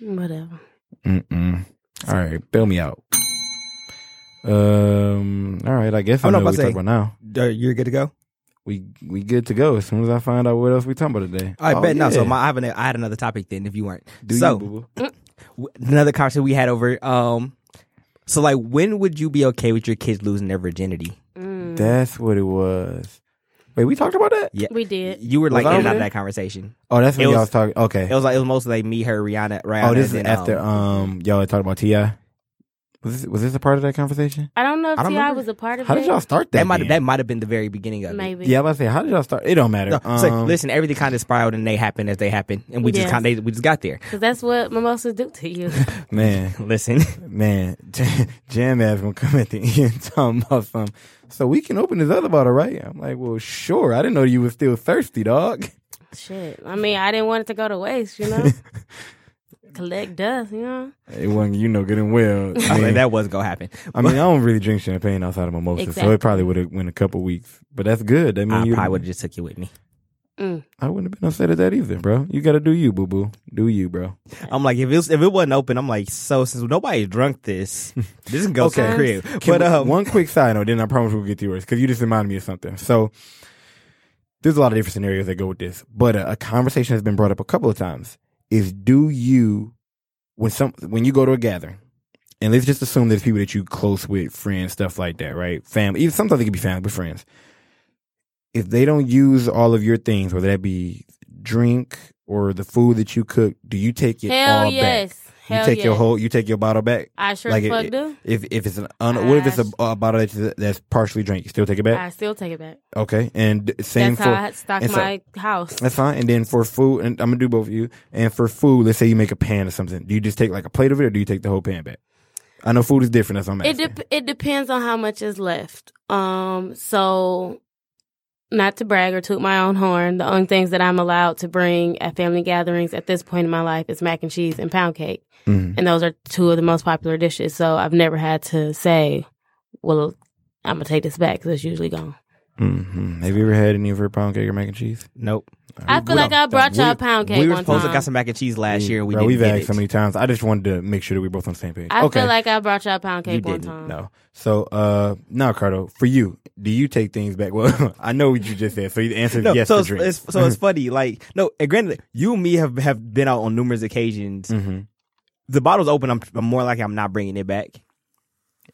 S2: Whatever.
S3: Mm-mm. All right, bail me out. Um. All right, I guess I
S1: Oh, no,
S3: know
S1: but
S3: what we
S1: say-
S3: talk about now.
S1: Dude, You're good to go.
S3: We we good to go. As soon as I find out what else we talking about today.
S1: I
S3: Oh,
S1: bet not. So
S3: yeah.
S1: my, I, have an, I had another topic then. If you weren't,
S3: Do you,
S1: so
S3: boo-boo?
S1: w- another conversation we had over. Um, so like, when would you be okay with your kids losing their virginity?
S2: Mm.
S3: That's what it was. Wait, we talked about that?
S1: Yeah,
S2: We did.
S1: You were like
S3: Was I
S1: in and out
S3: over
S1: of
S3: there?
S1: that conversation.
S3: Oh, that's
S1: It
S3: when y'all
S1: was-
S3: was talking.
S1: It
S3: Okay.
S1: was like it was mostly like me, her, Rihanna. Rihanna
S3: Oh, this is
S1: and,
S3: after
S1: Um,
S3: um y'all had talked about Ti. Was this, was this a part of that conversation?
S2: I don't know if
S3: I
S2: Ti
S3: don't remember.
S2: was a part of
S3: How
S2: it.
S3: did y'all start that?
S1: That might
S3: then?
S1: that might have been the very beginning of it.
S2: Maybe.
S3: Yeah, I was about to say, how did y'all start? It don't matter.
S1: No, it's like,
S3: Um,
S1: listen, everything kind of spiraled and they happened as they happened, and we just
S2: Yes.
S1: kind of, we just got there. (laughs)
S2: Because that's what mimosas do to
S3: (laughs)
S2: you.
S3: man,
S1: Listen, (laughs)
S3: man, (laughs) Jam Ass gonna come at the (laughs) end talking about something. So we can open this other bottle, right? I'm like, well, sure. I didn't know you were still thirsty, dog.
S2: Shit. I mean, I didn't want it to go to waste,
S3: (laughs)
S2: you know? Collect dust, you know?
S3: It wasn't, you know, good and well. (laughs) I
S1: I
S3: mean,
S1: mean, that was gonna happen.
S3: I mean, I don't really drink champagne outside of mimosa, so
S2: Exactly.
S3: it probably would have went a couple weeks. But that's good. That mean,
S1: I
S3: you,
S1: probably would have just took you with me.
S2: Mm.
S3: I wouldn't have been upset at that either, bro. You got to do you, boo boo. Do you, bro?
S1: I'm like, if it was, if it wasn't open, I'm like, so since nobody drunk
S3: (laughs)
S1: this, this can go to the
S2: Okay.
S1: crib.
S3: Can
S1: But
S3: we-
S1: um,
S3: one quick side note, then I promise we'll get to yours because you just reminded me of something. So there's a lot of different scenarios that go with this, but a, a conversation has been brought up a couple of times is do you when some when you go to a gathering and let's just assume there's people that you close with, friends, stuff like that, right? Family. Even sometimes it could be family, but friends. If they don't use all of your things, whether that be drink or the food that you cook, do you take it
S2: Hell
S3: all
S2: yes.
S3: back?
S2: Hell
S3: you take your
S2: yes.
S3: whole, you take your bottle back.
S2: I sure
S3: Like it-
S2: fuck do.
S3: If if it's an un, what if it's a, a bottle that's, that's partially drank, you still take it
S2: I
S3: back,
S2: still take it back.
S3: okay? And d- same
S2: that's
S3: for
S2: how I stock
S3: and so-
S2: my house.
S3: that's fine. And then for food, and I'm gonna do both of you. And for food, let's say you make a pan or something, do you just take like a plate of it, or do you take the whole pan back? I know food is different. That's what I'm
S2: It
S3: asking.
S2: dep it depends on how much is left. Um, so not to brag or toot my own horn, the only things that I'm allowed to bring at family gatherings at this point in my life is mac and cheese and pound cake,
S3: Mhm.
S2: and those are two of the most popular dishes. So I've never had to say, "Well, I'm gonna take this back" because it's usually gone.
S3: Mhm. Have you ever had any of her pound cake or mac and cheese?
S1: nope.
S2: I feel like I brought y'all
S3: we-
S2: pound cake
S1: we were
S2: one
S1: supposed
S2: time.
S1: to got some mac and cheese last year. We
S3: Bro,
S1: didn't
S3: we've
S1: get
S3: asked
S1: it.
S3: so many times. I just wanted to make sure that we're both on the same page.
S2: I
S3: okay.
S2: feel like uh-huh. I brought y'all pound cake
S3: you
S2: one
S3: didn't.
S2: time.
S3: No. So, uh, now, Cardo, for you, do you take things back? (laughs) Well, I know what you just said. So, you answered
S1: No,
S3: yes
S1: so
S3: to Mm-hmm.
S1: it's,
S3: drink.
S1: it's so it's funny. Like no, and granted, you and me have have been out on numerous occasions.
S3: Mhm.
S1: The bottle's open. I'm, I'm more likely I'm not bringing it back.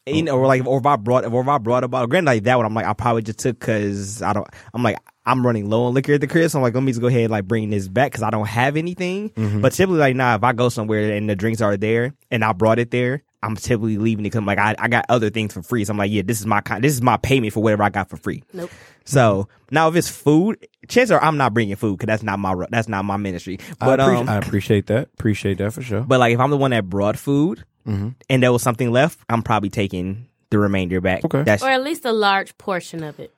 S1: And, you
S3: Oh.
S1: know, or like, or if I brought, or if I brought a bottle, granted, like that one, I'm like, I probably just took because I don't. I'm like, I'm running low on liquor at the crib, so I'm like, let me just go ahead and like bring this back because I don't have anything.
S3: Mm-hmm.
S1: But typically, like, nah, if I go somewhere and the drinks are there and I brought it there, I'm typically leaving it because I'm like, I, I got other things for free, so I'm like, yeah, this is my con- this is my payment for whatever I got for free.
S2: Nope.
S1: So now if it's food, chances are I'm not bringing food because that's not my ro- that's not my ministry. But
S3: I, appreci-
S1: um,
S3: I appreciate that. Appreciate that for sure.
S1: but like if I'm the one that brought food
S3: Mm-hmm.
S1: and there was something left, I'm probably taking the remainder back.
S3: Okay.
S1: That's,
S2: Or at least a large portion of it.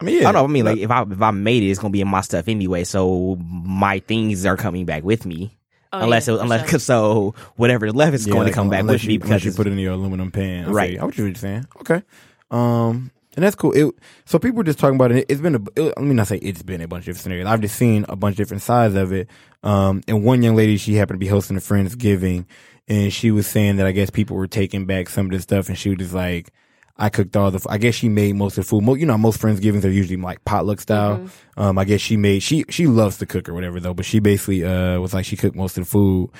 S3: I mean, yeah.
S1: I don't know. I mean, like if I if I made it, it's gonna be in my stuff anyway. So my things are coming back with me,
S2: Oh,
S1: unless
S2: yeah,
S1: it,
S2: for
S1: unless (laughs)
S2: sure.
S1: so whatever is left is
S3: Yeah,
S1: going
S3: like,
S1: to come back
S3: unless
S1: with
S3: you,
S1: me
S3: unless
S1: because
S3: you
S1: it's-
S3: put it in your aluminum pan. I feel
S1: Right.
S3: you. I what you're saying. Okay. Um, and that's cool. It, so people were just talking about it. It's been a. It, let me not say it's been a bunch of different scenarios. I've just seen a bunch of different sides of it. Um, and one young lady, she happened to be hosting a friendsgiving, and she was saying that I guess people were taking back some of this stuff, and she was just like. I cooked all the. f- I guess she made most of the food. Mo, you know, most friendsgivings are usually like potluck style. Um, I guess she made. She she loves to cook or whatever though, but she basically uh was like she cooked most of the food,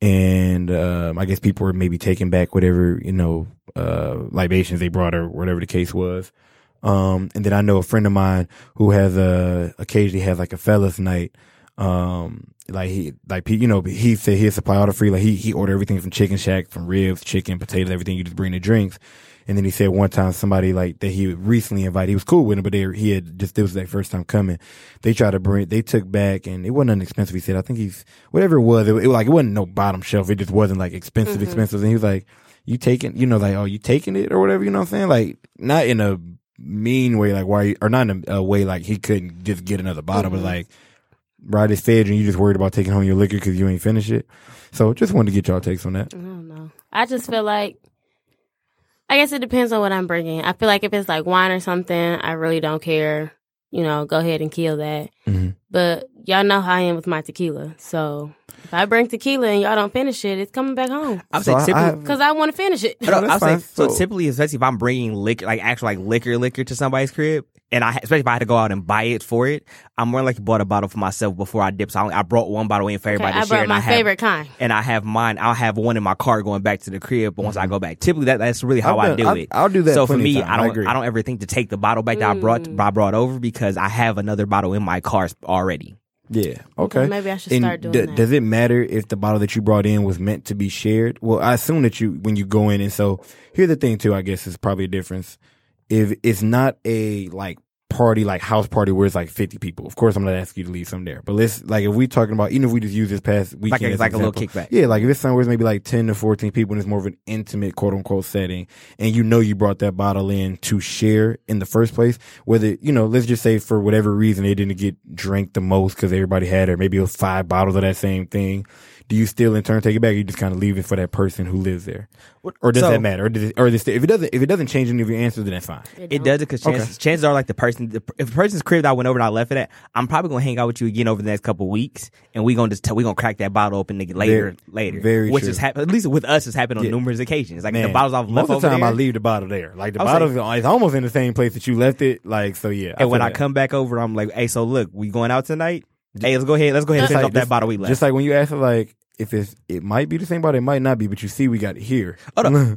S3: and um, I guess people were maybe taking back whatever you know uh libations they brought or whatever the case was. Um, and then I know a friend of mine who has a occasionally has like a fellas night. Um, like he, like he- you know, he said he'd supply all the free. Like he, he ordered everything from Chicken Shack, from ribs, chicken, potatoes, everything. You just bring the drinks. And then he said one time somebody like that he recently invited, he was cool with him, but they, he had just, it was their first time coming. They tried to bring, they took back and it wasn't inexpensive. He said, I think he's, whatever it was, it, was like, it wasn't no bottom shelf. It just wasn't like expensive, expensive. And he was like, you taking, you know, like, oh, you taking it or whatever, you know what I'm saying? Like, not in a mean way, like why, or not in a, a way like he couldn't just get another bottle,
S2: Mm-hmm.
S3: but like, right, it's fed you and you just worried about taking home your liquor because you ain't finished it. So just wanted to get y'all takes on that.
S2: I don't know. I just feel like, I guess it depends on what I'm bringing. I feel like if it's like wine or something, I really don't care. You know, go ahead and kill that.
S3: Mhm.
S2: But y'all know how I am with my tequila. So if I bring tequila and y'all don't finish it, it's coming back home
S1: I would
S3: So
S1: say
S3: I-
S1: typically-
S3: I-
S2: because I want to finish it.
S1: No,
S3: No,
S1: I
S3: that's
S1: was saying,
S3: fine.
S1: so
S3: Oh, So-
S1: typically, especially if I'm bringing liquor, like actual like liquor, liquor to somebody's crib, and I especially if I had to go out and buy it for it, I'm more likely bought a bottle for myself before I dip. So I, only, I brought one bottle in for
S2: Okay,
S1: everybody
S2: I
S1: to share,
S2: brought
S1: and
S2: my
S1: I have
S2: favorite kind.
S1: and I have mine. I'll have one in my car going back to the crib. But once I go back, typically that, that's really how
S3: I've
S1: I
S3: done-
S1: do
S3: I've-
S1: it.
S3: Mm-hmm. I'll do that
S1: So for
S3: plenty of
S1: me,
S3: times.
S1: I
S3: I
S1: don't
S3: agree.
S1: I don't
S2: Mm.
S1: ever think to take the bottle back that I brought I brought over because I have another bottle in my car already.
S3: Yeah. Okay.
S2: Maybe I should
S3: And
S2: start doing
S3: d-
S2: that.
S3: Does it matter if the bottle that you brought in was meant to be shared? Well, I assume that you when you go in, and so here's the thing too. I guess is probably a difference. If it's not a like party, like house party where it's like 50 people, of course I'm not asking you to leave some there. But let's like if we're talking about even if we just use this past
S1: Like
S3: weekend,
S1: a-
S3: as an
S1: like a little
S3: example.
S1: kickback.
S3: Yeah, like if it's somewhere it's maybe like 10 to 14 people and it's more of an intimate quote unquote setting, and you know you brought that bottle in to share in the first place, whether, you know, let's just say for whatever reason they didn't get drank the most because everybody had it, or maybe it was five bottles of that same thing. Do you still in turn take it back? Or you just kind of leave it for that person who lives there, or does
S1: so-
S3: that matter? Or, does it, or does it, if it doesn't, if it doesn't change any of your answers, then that's fine.
S1: It does it because chances, chances are like the person, the, if the person's crib that I went over and I left it at, I'm probably gonna hang out with you again over the next couple weeks, and we gonna just tell, we gonna crack that bottle open nigga, later,
S3: Very-
S1: later.
S3: very
S1: which
S3: true.
S1: has happened at least with us has happened on
S3: Yeah.
S1: numerous occasions. Like the
S3: Man,
S1: bottles I've left
S3: most of
S1: over
S3: the time
S1: there,
S3: I leave the bottle there. Like the
S1: I was
S3: bottle's it's almost in the same place that you left it. Like so, yeah.
S1: and when
S3: feel
S1: I
S3: that.
S1: come back over, I'm like, hey, so look, we going out tonight? Hey, let's go ahead, let's go ahead and
S3: Just
S1: finish
S3: like-
S1: up that
S3: just-
S1: bottle we left.
S3: Just like when you ask like if it's it might be the same bottle, it might not be, but you see we got it here.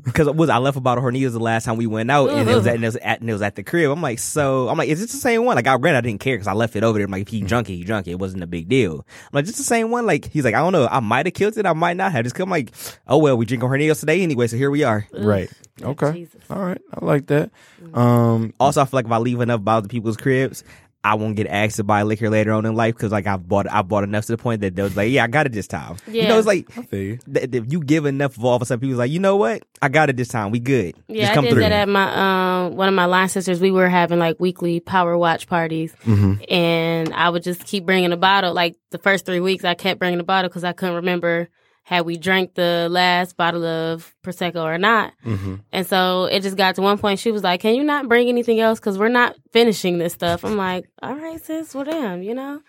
S1: Because was I left a bottle of Hornitos the last time we went out, and it was at, and it was at, and it was at the crib. I'm like, so I'm like, is this the same one? Like, I granted I didn't care because I left it over there. I'm like, if he drunk it, he drunk it. It wasn't a big deal. I'm like, just the same one. Like, he's like, I don't know. I might have killed it. I might not have. Just come like, oh well, we drinking Hornitos today anyway, so here we are.
S3: Right. Okay.
S2: Jesus. Mm.
S3: All right. I like that. Um
S1: Also, I feel like if I leave enough bottles at people's cribs. I won't get asked to buy liquor later on in life because like I've bought I bought enough to the point that they was like yeah I got it this time you know
S2: Yeah.
S1: it's like
S3: I feel you.
S1: th- if you give enough all of a sudden people's like you know what I got it this time we good
S2: Yeah,
S1: just
S2: I
S1: come
S2: did
S1: through
S2: that at my um one of my line sisters. We were having like weekly power watch parties,
S1: Mm-hmm.
S2: and I would just keep bringing a bottle. Like the first three weeks, I kept bringing a bottle because I couldn't remember had we drank the last bottle of prosecco or not.
S1: Mm-hmm.
S2: And so it just got to one point. She was like, "Can you not bring anything else? Because we're not finishing this stuff." I'm like, "All right, sis. Well, damn, you know."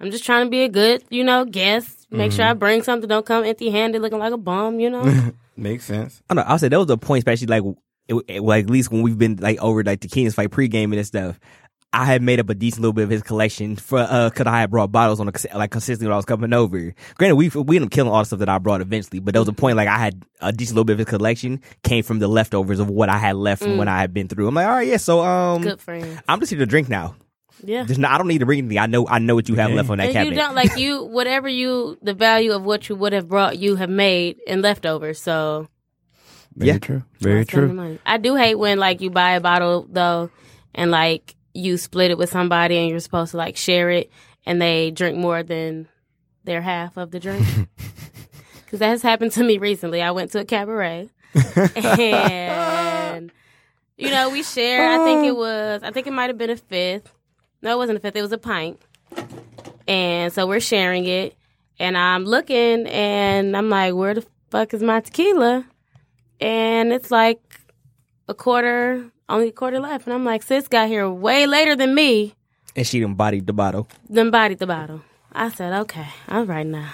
S2: I'm just trying to be a good, you know, guest. Make
S1: Mm-hmm.
S2: sure I bring something. Don't come empty-handed, looking like a bum,
S1: (laughs)
S2: you know.
S3: Makes sense.
S1: I don't know. I'll say that was a point, especially like, it, it- well, at least when we've been like over like the Kings fight pregame and stuff. I had made up a decent little bit of his collection for uh, cause I had brought bottles on a, cons- like consistently when I was coming over. Granted, we we ended up killing all the stuff that I brought eventually, but there was a point like I had a decent little bit of his collection came from the leftovers of what I had left from when I had been through. I'm like, all right, yeah, so um,
S2: Mm. good friend.
S1: I'm just here to drink now.
S2: Yeah.
S1: There's no, I don't need to bring anything. I know I know what you have left on that
S2: and
S1: cabinet.
S2: you don't like you whatever you the value of what you would have brought you have made in leftovers so
S3: Very
S1: Yeah.
S3: true. Very
S2: don't spend the
S3: true.
S2: money. i do hate when like you buy a bottle though and like you split it with somebody and you're supposed to like share it and they drink more than their half of the
S3: (laughs)
S2: drink because that has happened to me recently i went to a cabaret and you know we shared i think
S3: Oh.
S2: it was i think it might have been a fifth no it wasn't a fifth it was a pint and so we're sharing it and i'm looking and i'm like where the fuck is my tequila and it's like a quarter only a quarter left and i'm like sis got here way later than me
S1: and she embodied the bottle.
S2: then bodied the bottle i said okay all right now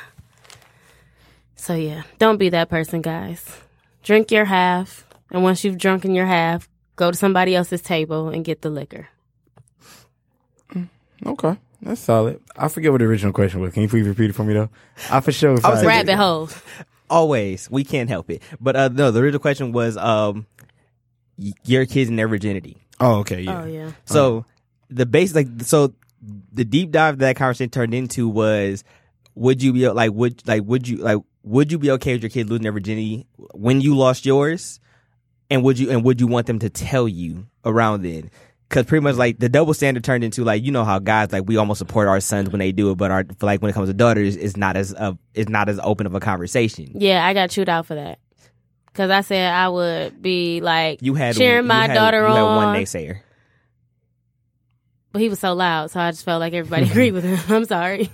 S2: so yeah don't be that person guys drink your half and once you've drunken your half go to somebody else's table and get the liquor
S3: Okay. That's solid. I forget what the original question was. Can you please repeat it for me though? I for sure was like-
S2: rabbit hole
S1: always we can't help it but uh no the original question was um y- your kids and their virginity
S3: Oh, okay, yeah.
S2: oh yeah
S1: so the base like so the deep dive that conversation turned into was would you be like would like would you like would you be okay with your kid losing their virginity when you lost yours and would you and would you want them to tell you around then because pretty much like the double standard turned into like you know how guys like we almost support our sons when they do it but our like when it comes to daughters it's not as uh, it's not as open of a conversation
S2: Yeah, I got chewed out for that. Cause I said I would be like
S1: You had
S2: cheering
S1: you
S2: my
S1: had-
S2: daughter
S1: you had
S2: on,
S1: one naysayer.
S2: but he was so loud, so I just felt
S1: (laughs)
S2: like everybody agreed with him. (laughs) I'm sorry,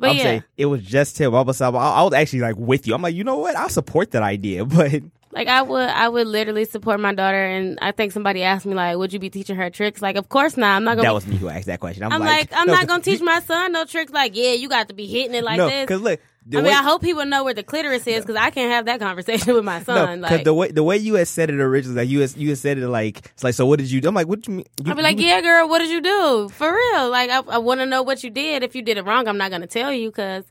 S2: but
S1: I'm
S2: yeah,
S1: saying it was just him. All of a sudden, I, I was actually like with you. I'm like, you know what? I support that idea, (laughs) but
S2: like I would, I would literally support my daughter. And I think somebody asked me like, "Would you be teaching her tricks?" Like, of course not. I'm not gonna.
S1: that
S2: be-
S1: was me who asked that question. I'm,
S2: I'm like, I'm not gonna teach my son no tricks. Like, yeah, you got to be hitting it like
S1: no,
S2: this.
S1: because look, the
S2: I mean,
S1: way-
S2: I hope he will know where the clitoris is because I can't have that (laughs) conversation with my
S1: no,
S2: son.
S1: 'cause
S2: like,
S1: the way the way you had said it originally, like you had, you had said it like it's like so. What did you? do? I'm like, what do you mean? You,
S2: I'll be like,
S1: you-
S2: yeah, girl, what did you do? For real. Like, I, I want to know what you did. If you did it wrong, I'm not going to tell you because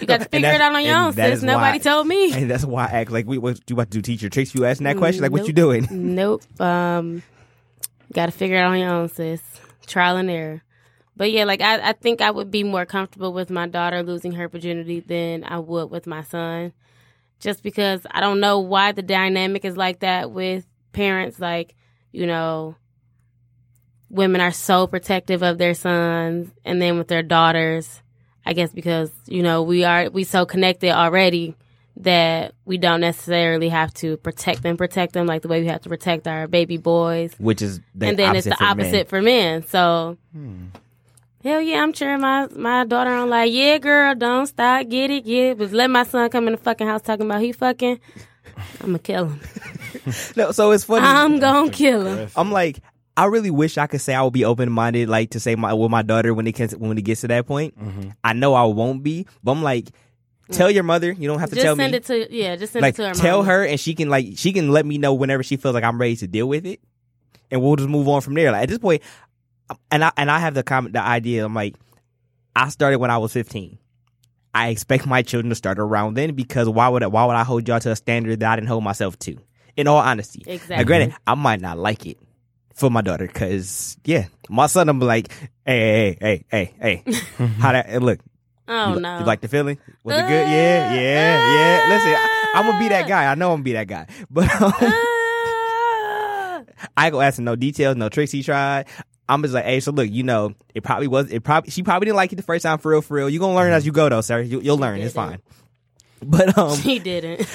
S2: you got to
S1: And
S2: figure
S1: that-
S2: it out on your
S1: and
S2: own,
S1: that
S2: sis.
S1: is
S2: Nobody
S1: why-
S2: told me.
S1: and (laughs) that's why I act like we what you about to do teacher tricks. You asking that question, like what you
S2: nope.
S1: doing? (laughs)
S2: nope. Um, got to figure it out on your own, sis. Trial and error. But yeah, like I, I think I would be more comfortable with my daughter losing her virginity than I would with my son. Just because I don't know why the dynamic is like that with parents. Like, you know, women are so protective of their sons and then with their daughters, I guess because, you know, we are we so connected already that we don't necessarily have to protect them, protect them like the way we have to protect our baby boys
S1: which is the
S2: and then it's
S1: opposite
S2: the
S1: for men. Hmm.
S2: opposite for men. So, hell yeah, I'm cheering my my daughter on like, yeah, girl, don't stop, get it, get it. But let my son come in the fucking house talking about he fucking, I'm gonna kill him.
S1: No, so it's funny.
S2: I'm gonna kill him.
S1: I'm like, I really wish I could say I would be open minded, like to say my with my daughter when it can, when it gets to that point. I know I won't be, but I'm like, tell your mother. You don't have to
S2: Mm. Just
S1: tell
S2: send
S1: me.
S2: it to yeah, just send
S1: like
S2: it to her.
S1: tell
S2: mama.
S1: her, and she can like she can let me know whenever she feels like I'm ready to deal with it, and we'll just move on from there. Like at this point, and I and I have the comment the idea. I'm like, I started when I was 15. I expect my children to start around then because why would I, why would I hold y'all to a standard that I didn't hold myself to? In all honesty,
S2: Exactly.
S1: Now,
S2: Mm-hmm.
S1: granted, I might not like it for my daughter because yeah, my son. I'm like, hey, hey, hey, hey,
S2: (laughs)
S1: hey, how that and look?
S2: Oh
S1: you, li-
S2: no,
S1: you
S2: (laughs)
S1: like the feeling? Was it good? Yeah, yeah, yeah. Listen, I, I'm gonna be that guy. I know I'm gonna be that guy, (laughs) but um,
S2: Ah.
S1: I go asking no details, no tricks he tried. I'm just like, hey, so look, you know, it probably was, it probably, she probably didn't like it the first time for real, for real. You're gonna learn
S2: Mm-hmm.
S1: as you go though, sir. You, you'll learn. It's fine.
S2: didn't.
S1: But, um,
S2: he
S1: (laughs)
S2: didn't.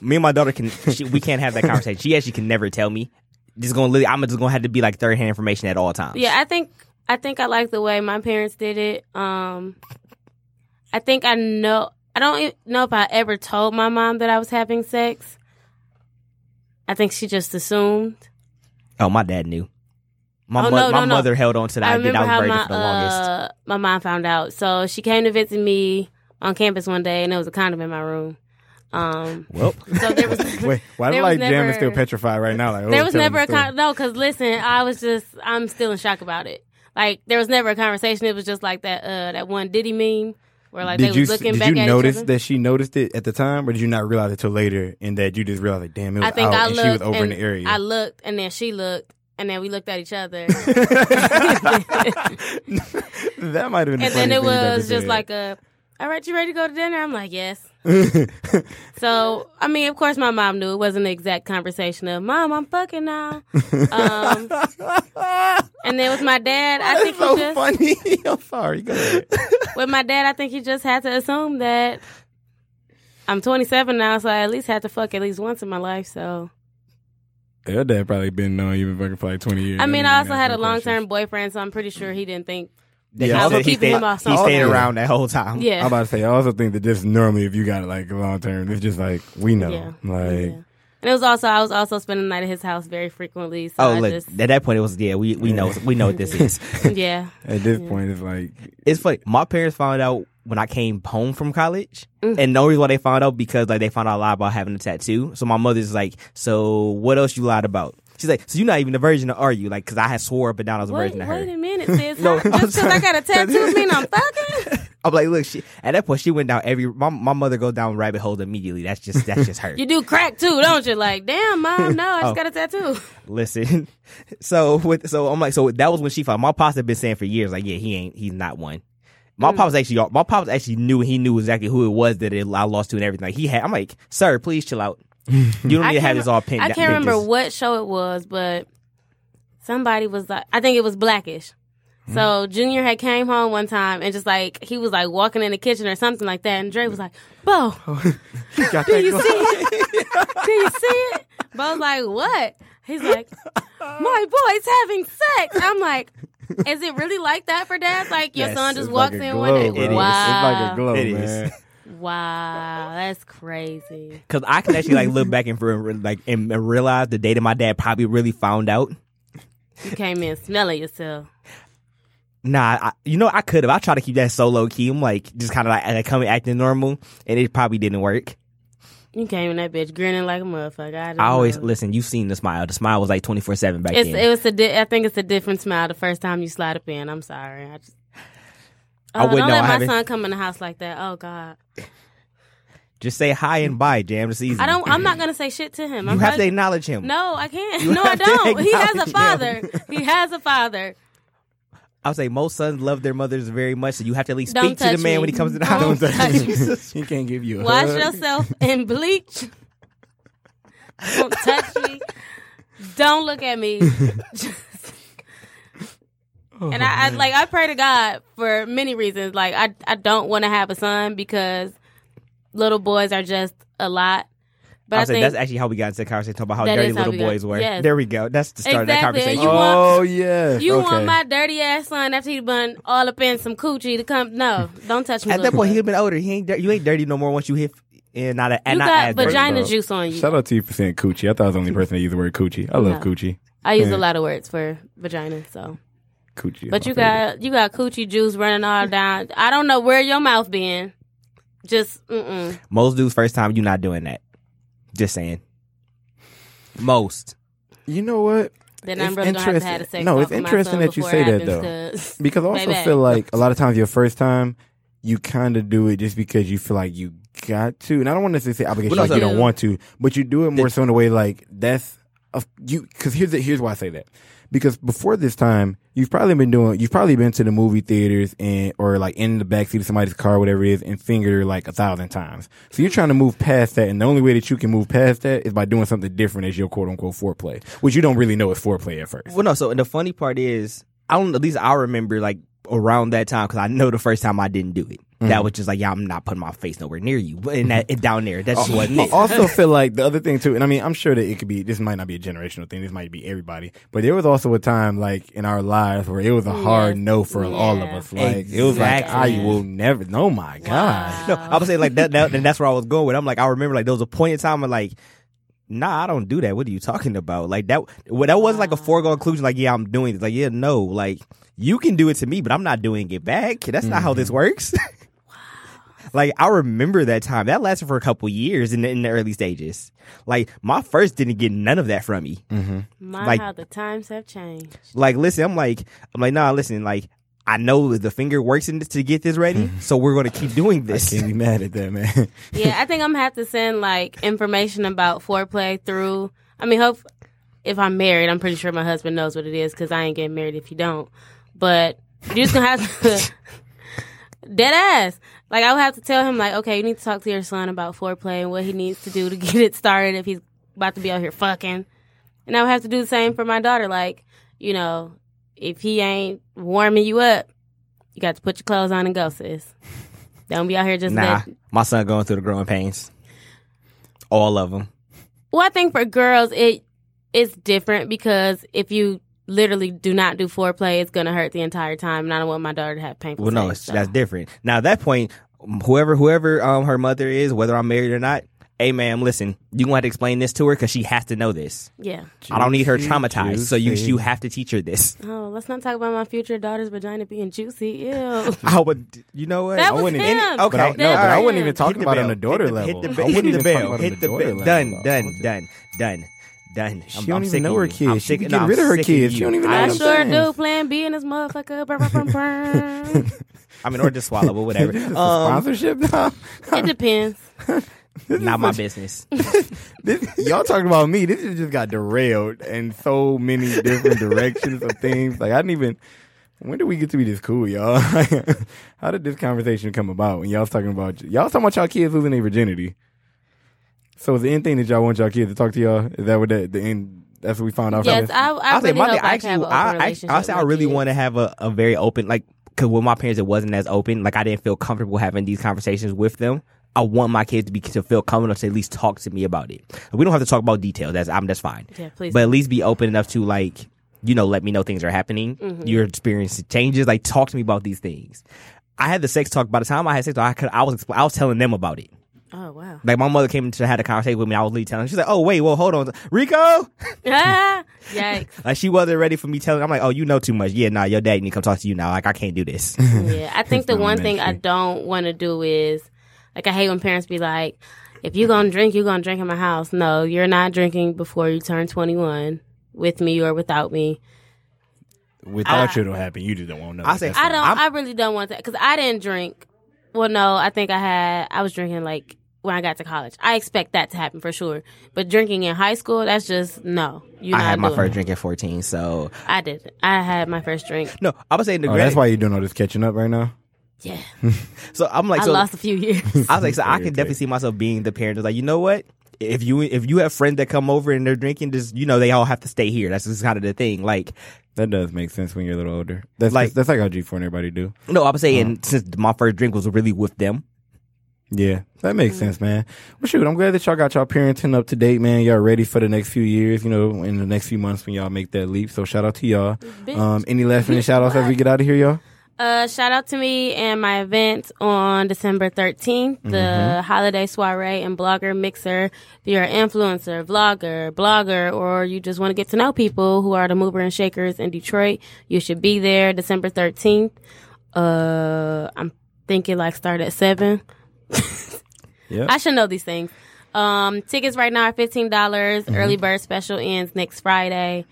S1: me and my daughter can, she, we can't have that conversation. She actually can never tell me. Just gonna, literally, I'm just gonna have to be like third hand information at all times.
S2: Yeah, I think I think I like the way my parents did it. Um, I think I know. I don't e- know if I ever told my mom that I was having sex. I think she just assumed.
S1: Oh, my dad knew. My,
S2: Oh,
S1: mo-
S2: no,
S1: my
S2: no, no.
S1: mother held on to that.
S2: I
S1: I, did. I
S2: remember
S1: was
S2: how
S1: virgin
S2: my
S1: for the longest.
S2: uh, my mom found out. So she came to visit me on campus one day, and there was a condom in my room. Um,
S1: Well,
S2: so there
S1: (laughs)
S2: was
S3: Wait, why do
S2: There
S3: like
S2: was
S3: Jam is
S2: never-
S3: still petrified right now? Like, oh,
S2: there was
S3: tell
S2: never
S3: the
S2: a
S3: story.
S2: con- no. Because listen, I was just I'm still in shock about it. Like there was never a conversation. It was just like that uh, that one Diddy meme where like
S3: did
S2: they
S3: you
S2: was looking
S3: did
S2: back
S3: you
S2: at
S3: notice
S2: each other.
S3: that she noticed it at the time, or did you not realize it till later, and that you just realized like, damn, it was
S2: I think
S3: out,
S2: I
S3: and
S2: looked.
S3: she was over in
S2: and
S3: the area.
S2: I looked, and then she looked, and then we looked at each
S3: (laughs)
S2: other.
S3: that might have been. the
S2: and then
S3: funniest
S2: it
S3: thing you've ever
S2: was just
S3: said. (laughs)
S2: like a, all right, you ready to go to dinner? I'm like, yes. so I mean, of course, my mom knew it wasn't an exact conversation of mom, I'm fucking
S3: (laughs)
S2: now. Um, and then with my dad, I think
S3: so
S2: he just
S3: funny. (laughs) I'm sorry. Go ahead.
S2: with my dad, I think he just had to assume that. I'm 27 now, so I at least had to fuck at least once in my life. So,
S3: Your dad probably been knowing you been fucking for like 20 years.
S2: I mean,
S3: That
S2: I
S3: nigga
S2: also
S3: ain't
S2: had a
S3: asking
S2: long term
S3: questions.
S2: boyfriend, so I'm pretty sure he didn't think
S1: he,
S3: Yeah, I
S1: said
S3: was
S1: he
S2: keeping
S1: stayed,
S2: him off
S1: he stayed
S3: somewhere.
S1: around that whole time.
S2: Yeah.
S3: (laughs) I'm about to say, I also think that just normally, if you got like long term, it's just like we know,
S2: Yeah.
S3: like
S2: Yeah. And it was also I was also spending the night at his house very frequently. So
S1: Oh,
S2: I
S1: look,
S2: just
S1: at that point it was yeah. We we know we know what this is. (laughs)
S2: (laughs) yeah.
S3: at this point,
S2: (laughs)
S3: it's like
S1: It's funny. My parents found out when I came home from college, and no reason why they found out because like they found out a lot about having a tattoo. So my mother's like, "So what else you lied about?" She's like, "So you're not even a virgin, are you?" Like, because I had swore up and down I was a
S2: Wait,
S1: virgin to
S2: wait a
S1: her. (laughs)
S2: minute, sis.
S1: No,
S2: How-
S1: I'm
S2: just because
S1: sorry. (laughs)
S2: I got a tattoo mean I'm fucking.
S1: I'm like, look, she, at that point she went down every. My, my mother goes down rabbit holes immediately. That's just that's just
S2: (laughs)
S1: her.
S2: You do crack too, don't you? Like, damn, mom, no, I just
S1: Oh.
S2: got a tattoo.
S1: Listen, (laughs) so with so I'm like so that was when she found my pops had been saying for years like yeah he ain't he's not one.
S2: Mm.
S1: My pops actually my pops actually knew he knew exactly who it was that it, I lost to and everything. Like he had I'm like sir please chill
S2: (laughs)
S1: out. You don't need to have
S2: can't
S1: this
S2: re-
S1: all pinned.
S2: I
S1: down-
S2: can't remember
S1: pictures."
S2: what show it was, but somebody was like, I think it was Blackish.
S3: Hmm.
S2: So Junior had came home one time and just like he was like walking in the kitchen or something like that, and Dre was like, "Bo,
S3: Oh
S2: do you see it? do you see it?" Bo's like, "What?" He's like, "My boy's having sex." I'm like, "Is it really like that for dads? Like your
S1: Yes,
S2: son
S3: it's
S2: just
S3: like
S2: walks
S3: a
S2: in
S3: glow,
S2: one day?
S3: bro. It's like a
S2: Wow,
S3: glow,
S1: It is.
S2: (laughs)
S3: man.
S2: wow, that's crazy.
S1: Cause I can actually like look back and for like and, and realize the day that my dad probably really found out.
S2: You came in smelling yourself."
S1: Nah, I, you know I could have. I try to keep that so low key. I'm like just kind of like, like coming acting normal, and it probably didn't work.
S2: You came in that bitch grinning like a motherfucker. I, just
S1: I always
S2: know.
S1: listen. You've seen the smile. The smile was like 24 seven back
S2: Mm-hmm. It's
S1: then.
S2: it was a di- I think it's a different smile the first time you slide up in. I'm sorry. I just.
S1: I
S2: Oh,
S1: wouldn't
S2: don't
S1: know. I
S2: let my
S1: haven't-
S2: son come in the house like that. Oh God,
S1: Just say hi and bye, Jam. It's easy.
S2: I don't. I'm not gonna say shit to him. I'm
S1: You have to
S2: probably-
S1: acknowledge him.
S2: (laughs) No, I can't.
S1: You
S2: no, I
S1: have to
S2: don't. He has a
S1: acknowledge him.
S2: father. he has a father.
S1: I would say most sons love their mothers very much, so you have to at least
S2: Don't
S1: speak to the
S2: touch
S1: man
S2: me.
S1: when he comes in the house.
S2: Don't touch me.
S1: (laughs) Jesus.
S3: (laughs) He can't give you
S1: (laughs)
S3: a
S2: Wash
S3: hug.
S2: yourself in bleach. Don't touch me. Don't look at me. Just-
S1: Oh,
S2: and I, I like I pray to God for many reasons. Like I I don't want to have a son because little boys are just a lot. But
S1: I
S2: I,
S1: would say
S2: think
S1: that's actually how we got into the conversation talking about how
S2: That
S1: dirty
S2: is how
S1: little
S2: we got-
S1: boys were.
S2: yes.
S1: There we go. That's the start of that
S2: Exactly, and
S1: conversation.
S2: you want-
S3: oh
S2: (laughs)
S3: yeah.
S2: you
S3: okay.
S2: want my dirty ass son after he done all up in some coochie to come? No, don't touch me.
S1: At that
S2: little
S1: point,
S2: boy.
S1: he'd been older. He ain't dir- you ain't dirty no more once you hit and not a, and
S2: you
S1: not
S2: got
S1: as dirty.
S2: vagina
S3: bro.
S2: juice on you.
S3: Shout out to you for saying coochie. I thought I was the only person that used the word coochie. I love
S2: No.
S3: coochie.
S2: I use
S3: Yeah.
S2: a lot of words for vagina, so.
S3: Coochie. is
S2: But
S3: my
S2: you
S3: favorite.
S2: got you got coochie juice running all down. I don't know where your mouth been. Just mm-mm.
S1: Most dudes first time you not doing that. Just saying. Most.
S3: You know what?
S2: Then
S3: It's
S2: I'm really gonna have to
S3: interesting.
S2: have a sex
S3: No,
S2: talk
S3: it's
S2: with my
S3: interesting
S2: son
S3: that you
S2: before
S3: say
S2: it
S3: that,
S2: happens, (laughs) 'cause-
S3: Because I also
S2: Baby.
S3: feel like a lot of times your first time, you kind of do it just because you feel like you got to. And I don't want to necessarily say obligation
S1: Well,
S3: like
S1: no,
S3: you
S2: so-
S3: don't want to, but you do it more so in a way like that's of you. Because here's the, here's why I say that. Because before this time, you've probably been doing, you've probably been to the movie theaters and or like in the backseat of somebody's car, whatever it is, and fingered her like a thousand times. So you're trying to move past that, and the only way that you can move past that is by doing something different as your quote unquote foreplay, which you don't really know is foreplay at first.
S1: Well, no. So and the funny part is, I don't. At least I remember like around that time because I know the first time I didn't do it. That was just like, yeah, I'm not putting my face nowhere near you, but in that it down there, that just wasn't
S3: I
S1: it. (laughs)
S3: also feel like the other thing too, and I mean, I'm sure that it could be. This might not be a generational thing. This might be everybody. But there was also a time like in our lives where it was a hard no for all of
S2: Yeah.
S3: us. Like it was like I
S1: Exactly.
S3: will never. No, my god.
S1: No, I was saying like that, that, and that's where I was going with. I'm like, I remember like there was a point in time where like, nah, I don't do that. What are you talking about? Like that, well, that wasn't like a foregone conclusion. Like, yeah, I'm doing this. Like, yeah, no, like you can do it to me, but I'm not doing it back. That's not how this works. (laughs) Like I remember that time. That lasted for a couple years in the, in the early stages. Like my first didn't get none of that from me.
S2: My
S1: Like-
S2: how the times have changed.
S1: Like listen, I'm like I'm like nah. Listen, like I know the finger works in this to get this ready, so we're gonna keep doing this.
S3: Can't be mad at that, man.
S2: Yeah, I think I'm gonna have to send like information about foreplay through. I mean, hope if I'm married, I'm pretty sure my husband knows what it is because I ain't getting married if you don't. But you just gonna have to dead ass. Like I would have to tell him like, okay, you need to talk to your son about foreplay and what he needs to (laughs) do to get it started if he's about to be out here fucking. And I would have to do the same for my daughter. Like, you know, if he ain't warming you up, you got to put your clothes on and go, sis. Don't be out here just
S1: Nah,
S2: let-
S1: my son going through the growing pains. All of them.
S2: Well, I think for girls, it it's different because if you literally do not do foreplay, it's gonna hurt the entire time, and I don't want my daughter to have painful.
S1: Well, no,
S2: sex,
S1: it's,
S2: so.
S1: that's different. Now at that point, whoever whoever um her mother is, whether I'm married or not, hey ma'am, listen, you gonna have to explain this to her because she has to know this.
S2: yeah.
S1: I don't need
S3: (laughs)
S1: her traumatized, so you
S3: Juicy.
S1: you have to teach her this.
S3: (laughs)
S2: Oh, let's not talk about my future daughter's vagina being juicy.
S1: (laughs)
S2: Ew.
S1: I would, you know what?
S2: That
S1: I
S2: was
S1: wouldn't-
S2: him.
S1: any- Okay,
S3: But I, no,
S2: That
S3: but
S2: was
S3: I
S2: him.
S3: wouldn't even talk
S1: Hit the
S3: about it on
S1: bell.
S3: the daughter
S1: Hit the-
S3: level.
S1: Hit
S3: I
S1: the,
S3: wouldn't
S1: hit the
S3: even talk
S1: bell.
S3: about it on
S1: Hit the
S3: daughter
S1: bell.
S3: level.
S1: Done. Done. Done. Done. Done.
S3: She
S1: I'm,
S3: don't
S1: I'm
S3: even
S1: sick
S3: know
S1: of
S3: her
S1: you.
S3: kids.
S1: I'm
S3: She
S1: sick,
S3: be
S1: no,
S3: getting
S1: I'm
S3: rid of her
S1: sick
S3: kids.
S1: you.
S3: She don't even know
S1: I
S2: I
S3: what I'm
S1: sure-
S2: sure
S3: saying.
S2: do. Plan B in this motherfucker. Brr, brr, brr, brr.
S1: I mean, or just swallow, but whatever.
S3: (laughs) This is a
S1: um,
S3: sponsorship now. (laughs)
S1: (laughs)
S2: it depends.
S1: not my business.
S3: This, (laughs) y'all talking about me. This shit just got derailed in so many different directions of things. Like I didn't even. When did we get to be this cool, y'all? (laughs) How did this conversation come about? When y'all was talking about y'all was talking about y'all kids losing their virginity. So is the end thing that y'all want y'all kids to talk to y'all? Is that what that the end? That's what we found out. from
S2: Yes,
S3: this?
S2: I. I
S1: I'll say
S2: really
S1: my
S2: hope
S1: thing-
S2: I,
S1: actually,
S2: can have an open
S1: I, I,
S2: relationship
S1: I'll say
S2: with
S1: I
S2: my
S1: really
S2: kids.
S1: want to have a, a very open, like, because with my parents, it wasn't as open. Like, I didn't feel comfortable having these conversations with them. I want my kids to be to feel comfortable to at least talk to me about it. We don't have to talk about details. That's I'm that's fine.
S2: Yeah, please.
S1: But at least be open enough to like, you know, let me know things are happening.
S2: Mm-hmm.
S1: Your experience changes. Like, talk to me about these things. I had the sex talk. By the time I had sex talk, I could I was expl- I was telling them about it.
S2: Oh wow. (laughs)
S1: Like my mother came to had a conversation with me. I was literally telling. her. She's like, "Oh wait, well hold on, Rico."
S2: Ah, yikes.
S1: Like she wasn't ready for me telling. I'm like, oh, you know too much. Yeah, nah, your dad need to come talk to you now. Like I can't do
S3: (laughs)
S1: this.
S2: Yeah, I think the
S3: not
S2: one thing I
S3: mainstream.
S2: don't want to do is, like, I hate when parents be like, "If you gonna drink, you gonna drink in my house." No, you're not drinking before you turn 21, with me or without me.
S3: Without you, it'll happen. You just don't want to know.
S1: I say-
S3: That's
S2: I
S3: all.
S2: don't.
S1: I'm-
S2: i really don't want that because I didn't drink. Well, no, I think I had. I was drinking like when I got to college. I expect that to happen for sure. But drinking in high school, that's just no. You
S1: I had my first drink at 14, so
S2: I did. I had my first drink.
S1: no, I was saying the
S3: Oh, that's why you're doing all this catching up right now.
S2: Yeah,
S1: So I'm like,
S2: I
S1: so
S2: lost a few (laughs) years.
S1: I was like, so I can definitely see myself being the parent. that's Like, you know what? If you if you have friends that come over and they're drinking, just you know they all have to stay here. That's just kind of the thing. Like,
S3: That does make sense when you're a little older. That's
S1: Like-
S3: like that's like how G4 and everybody do.
S1: no, I'm
S3: Uh-huh.
S1: saying since my first drink was really with them.
S3: Yeah, that makes sense, man. Well, shoot, I'm glad that y'all got y'all parenting up to date, man. Y'all ready for the next few years, you know, in the next few months when y'all make that leap. So shout out to y'all. Um, any
S2: (laughs)
S3: last minute shout outs as we get out of here, y'all?
S2: Uh, shout out to me and my event on December 13th, the
S3: Mm-hmm.
S2: holiday soiree and blogger mixer. If you're an influencer, vlogger, blogger, or you just want to get to know people who are the mover and shakers in Detroit, you should be there December 13th. Uh, I'm thinking like start at 7.
S3: Yep.
S2: I should know these things. Um, tickets right now are $15. dollars Early bird special ends next Friday.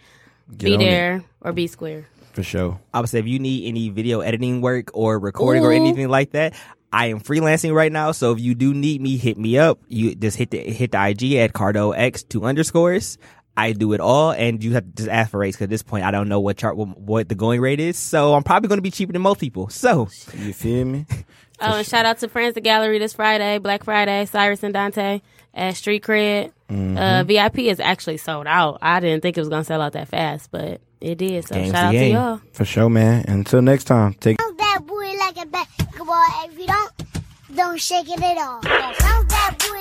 S2: be
S3: Mm-hmm. on it.
S2: there or be square.
S3: For sure.
S1: I would say if you need any video editing work or recording or
S2: Ooh.
S1: anything like that, I am freelancing right now. So if you do need me, hit me up. You just hit the hit the IG at Cardo X two underscores. I do it all, and you have to just ask for rates. Because at this point, I don't know what chart what the going rate is. So I'm probably going to be cheaper than most people. So
S3: You feel me?
S2: Oh, and shout out to Friends the Gallery this Friday, Black Friday, Cyrus and Dante at Street Cred.
S1: Mm-hmm.
S2: Uh, VIP is actually sold out. I didn't think it was gonna sell out that fast, but it did. So
S1: Game's
S2: shout out
S1: the
S2: to
S1: game.
S2: y'all.
S3: For sure, man. Until next time, take
S4: Bounce that booty like a basketball. If you don't, don't shake it at all. Bounce that booty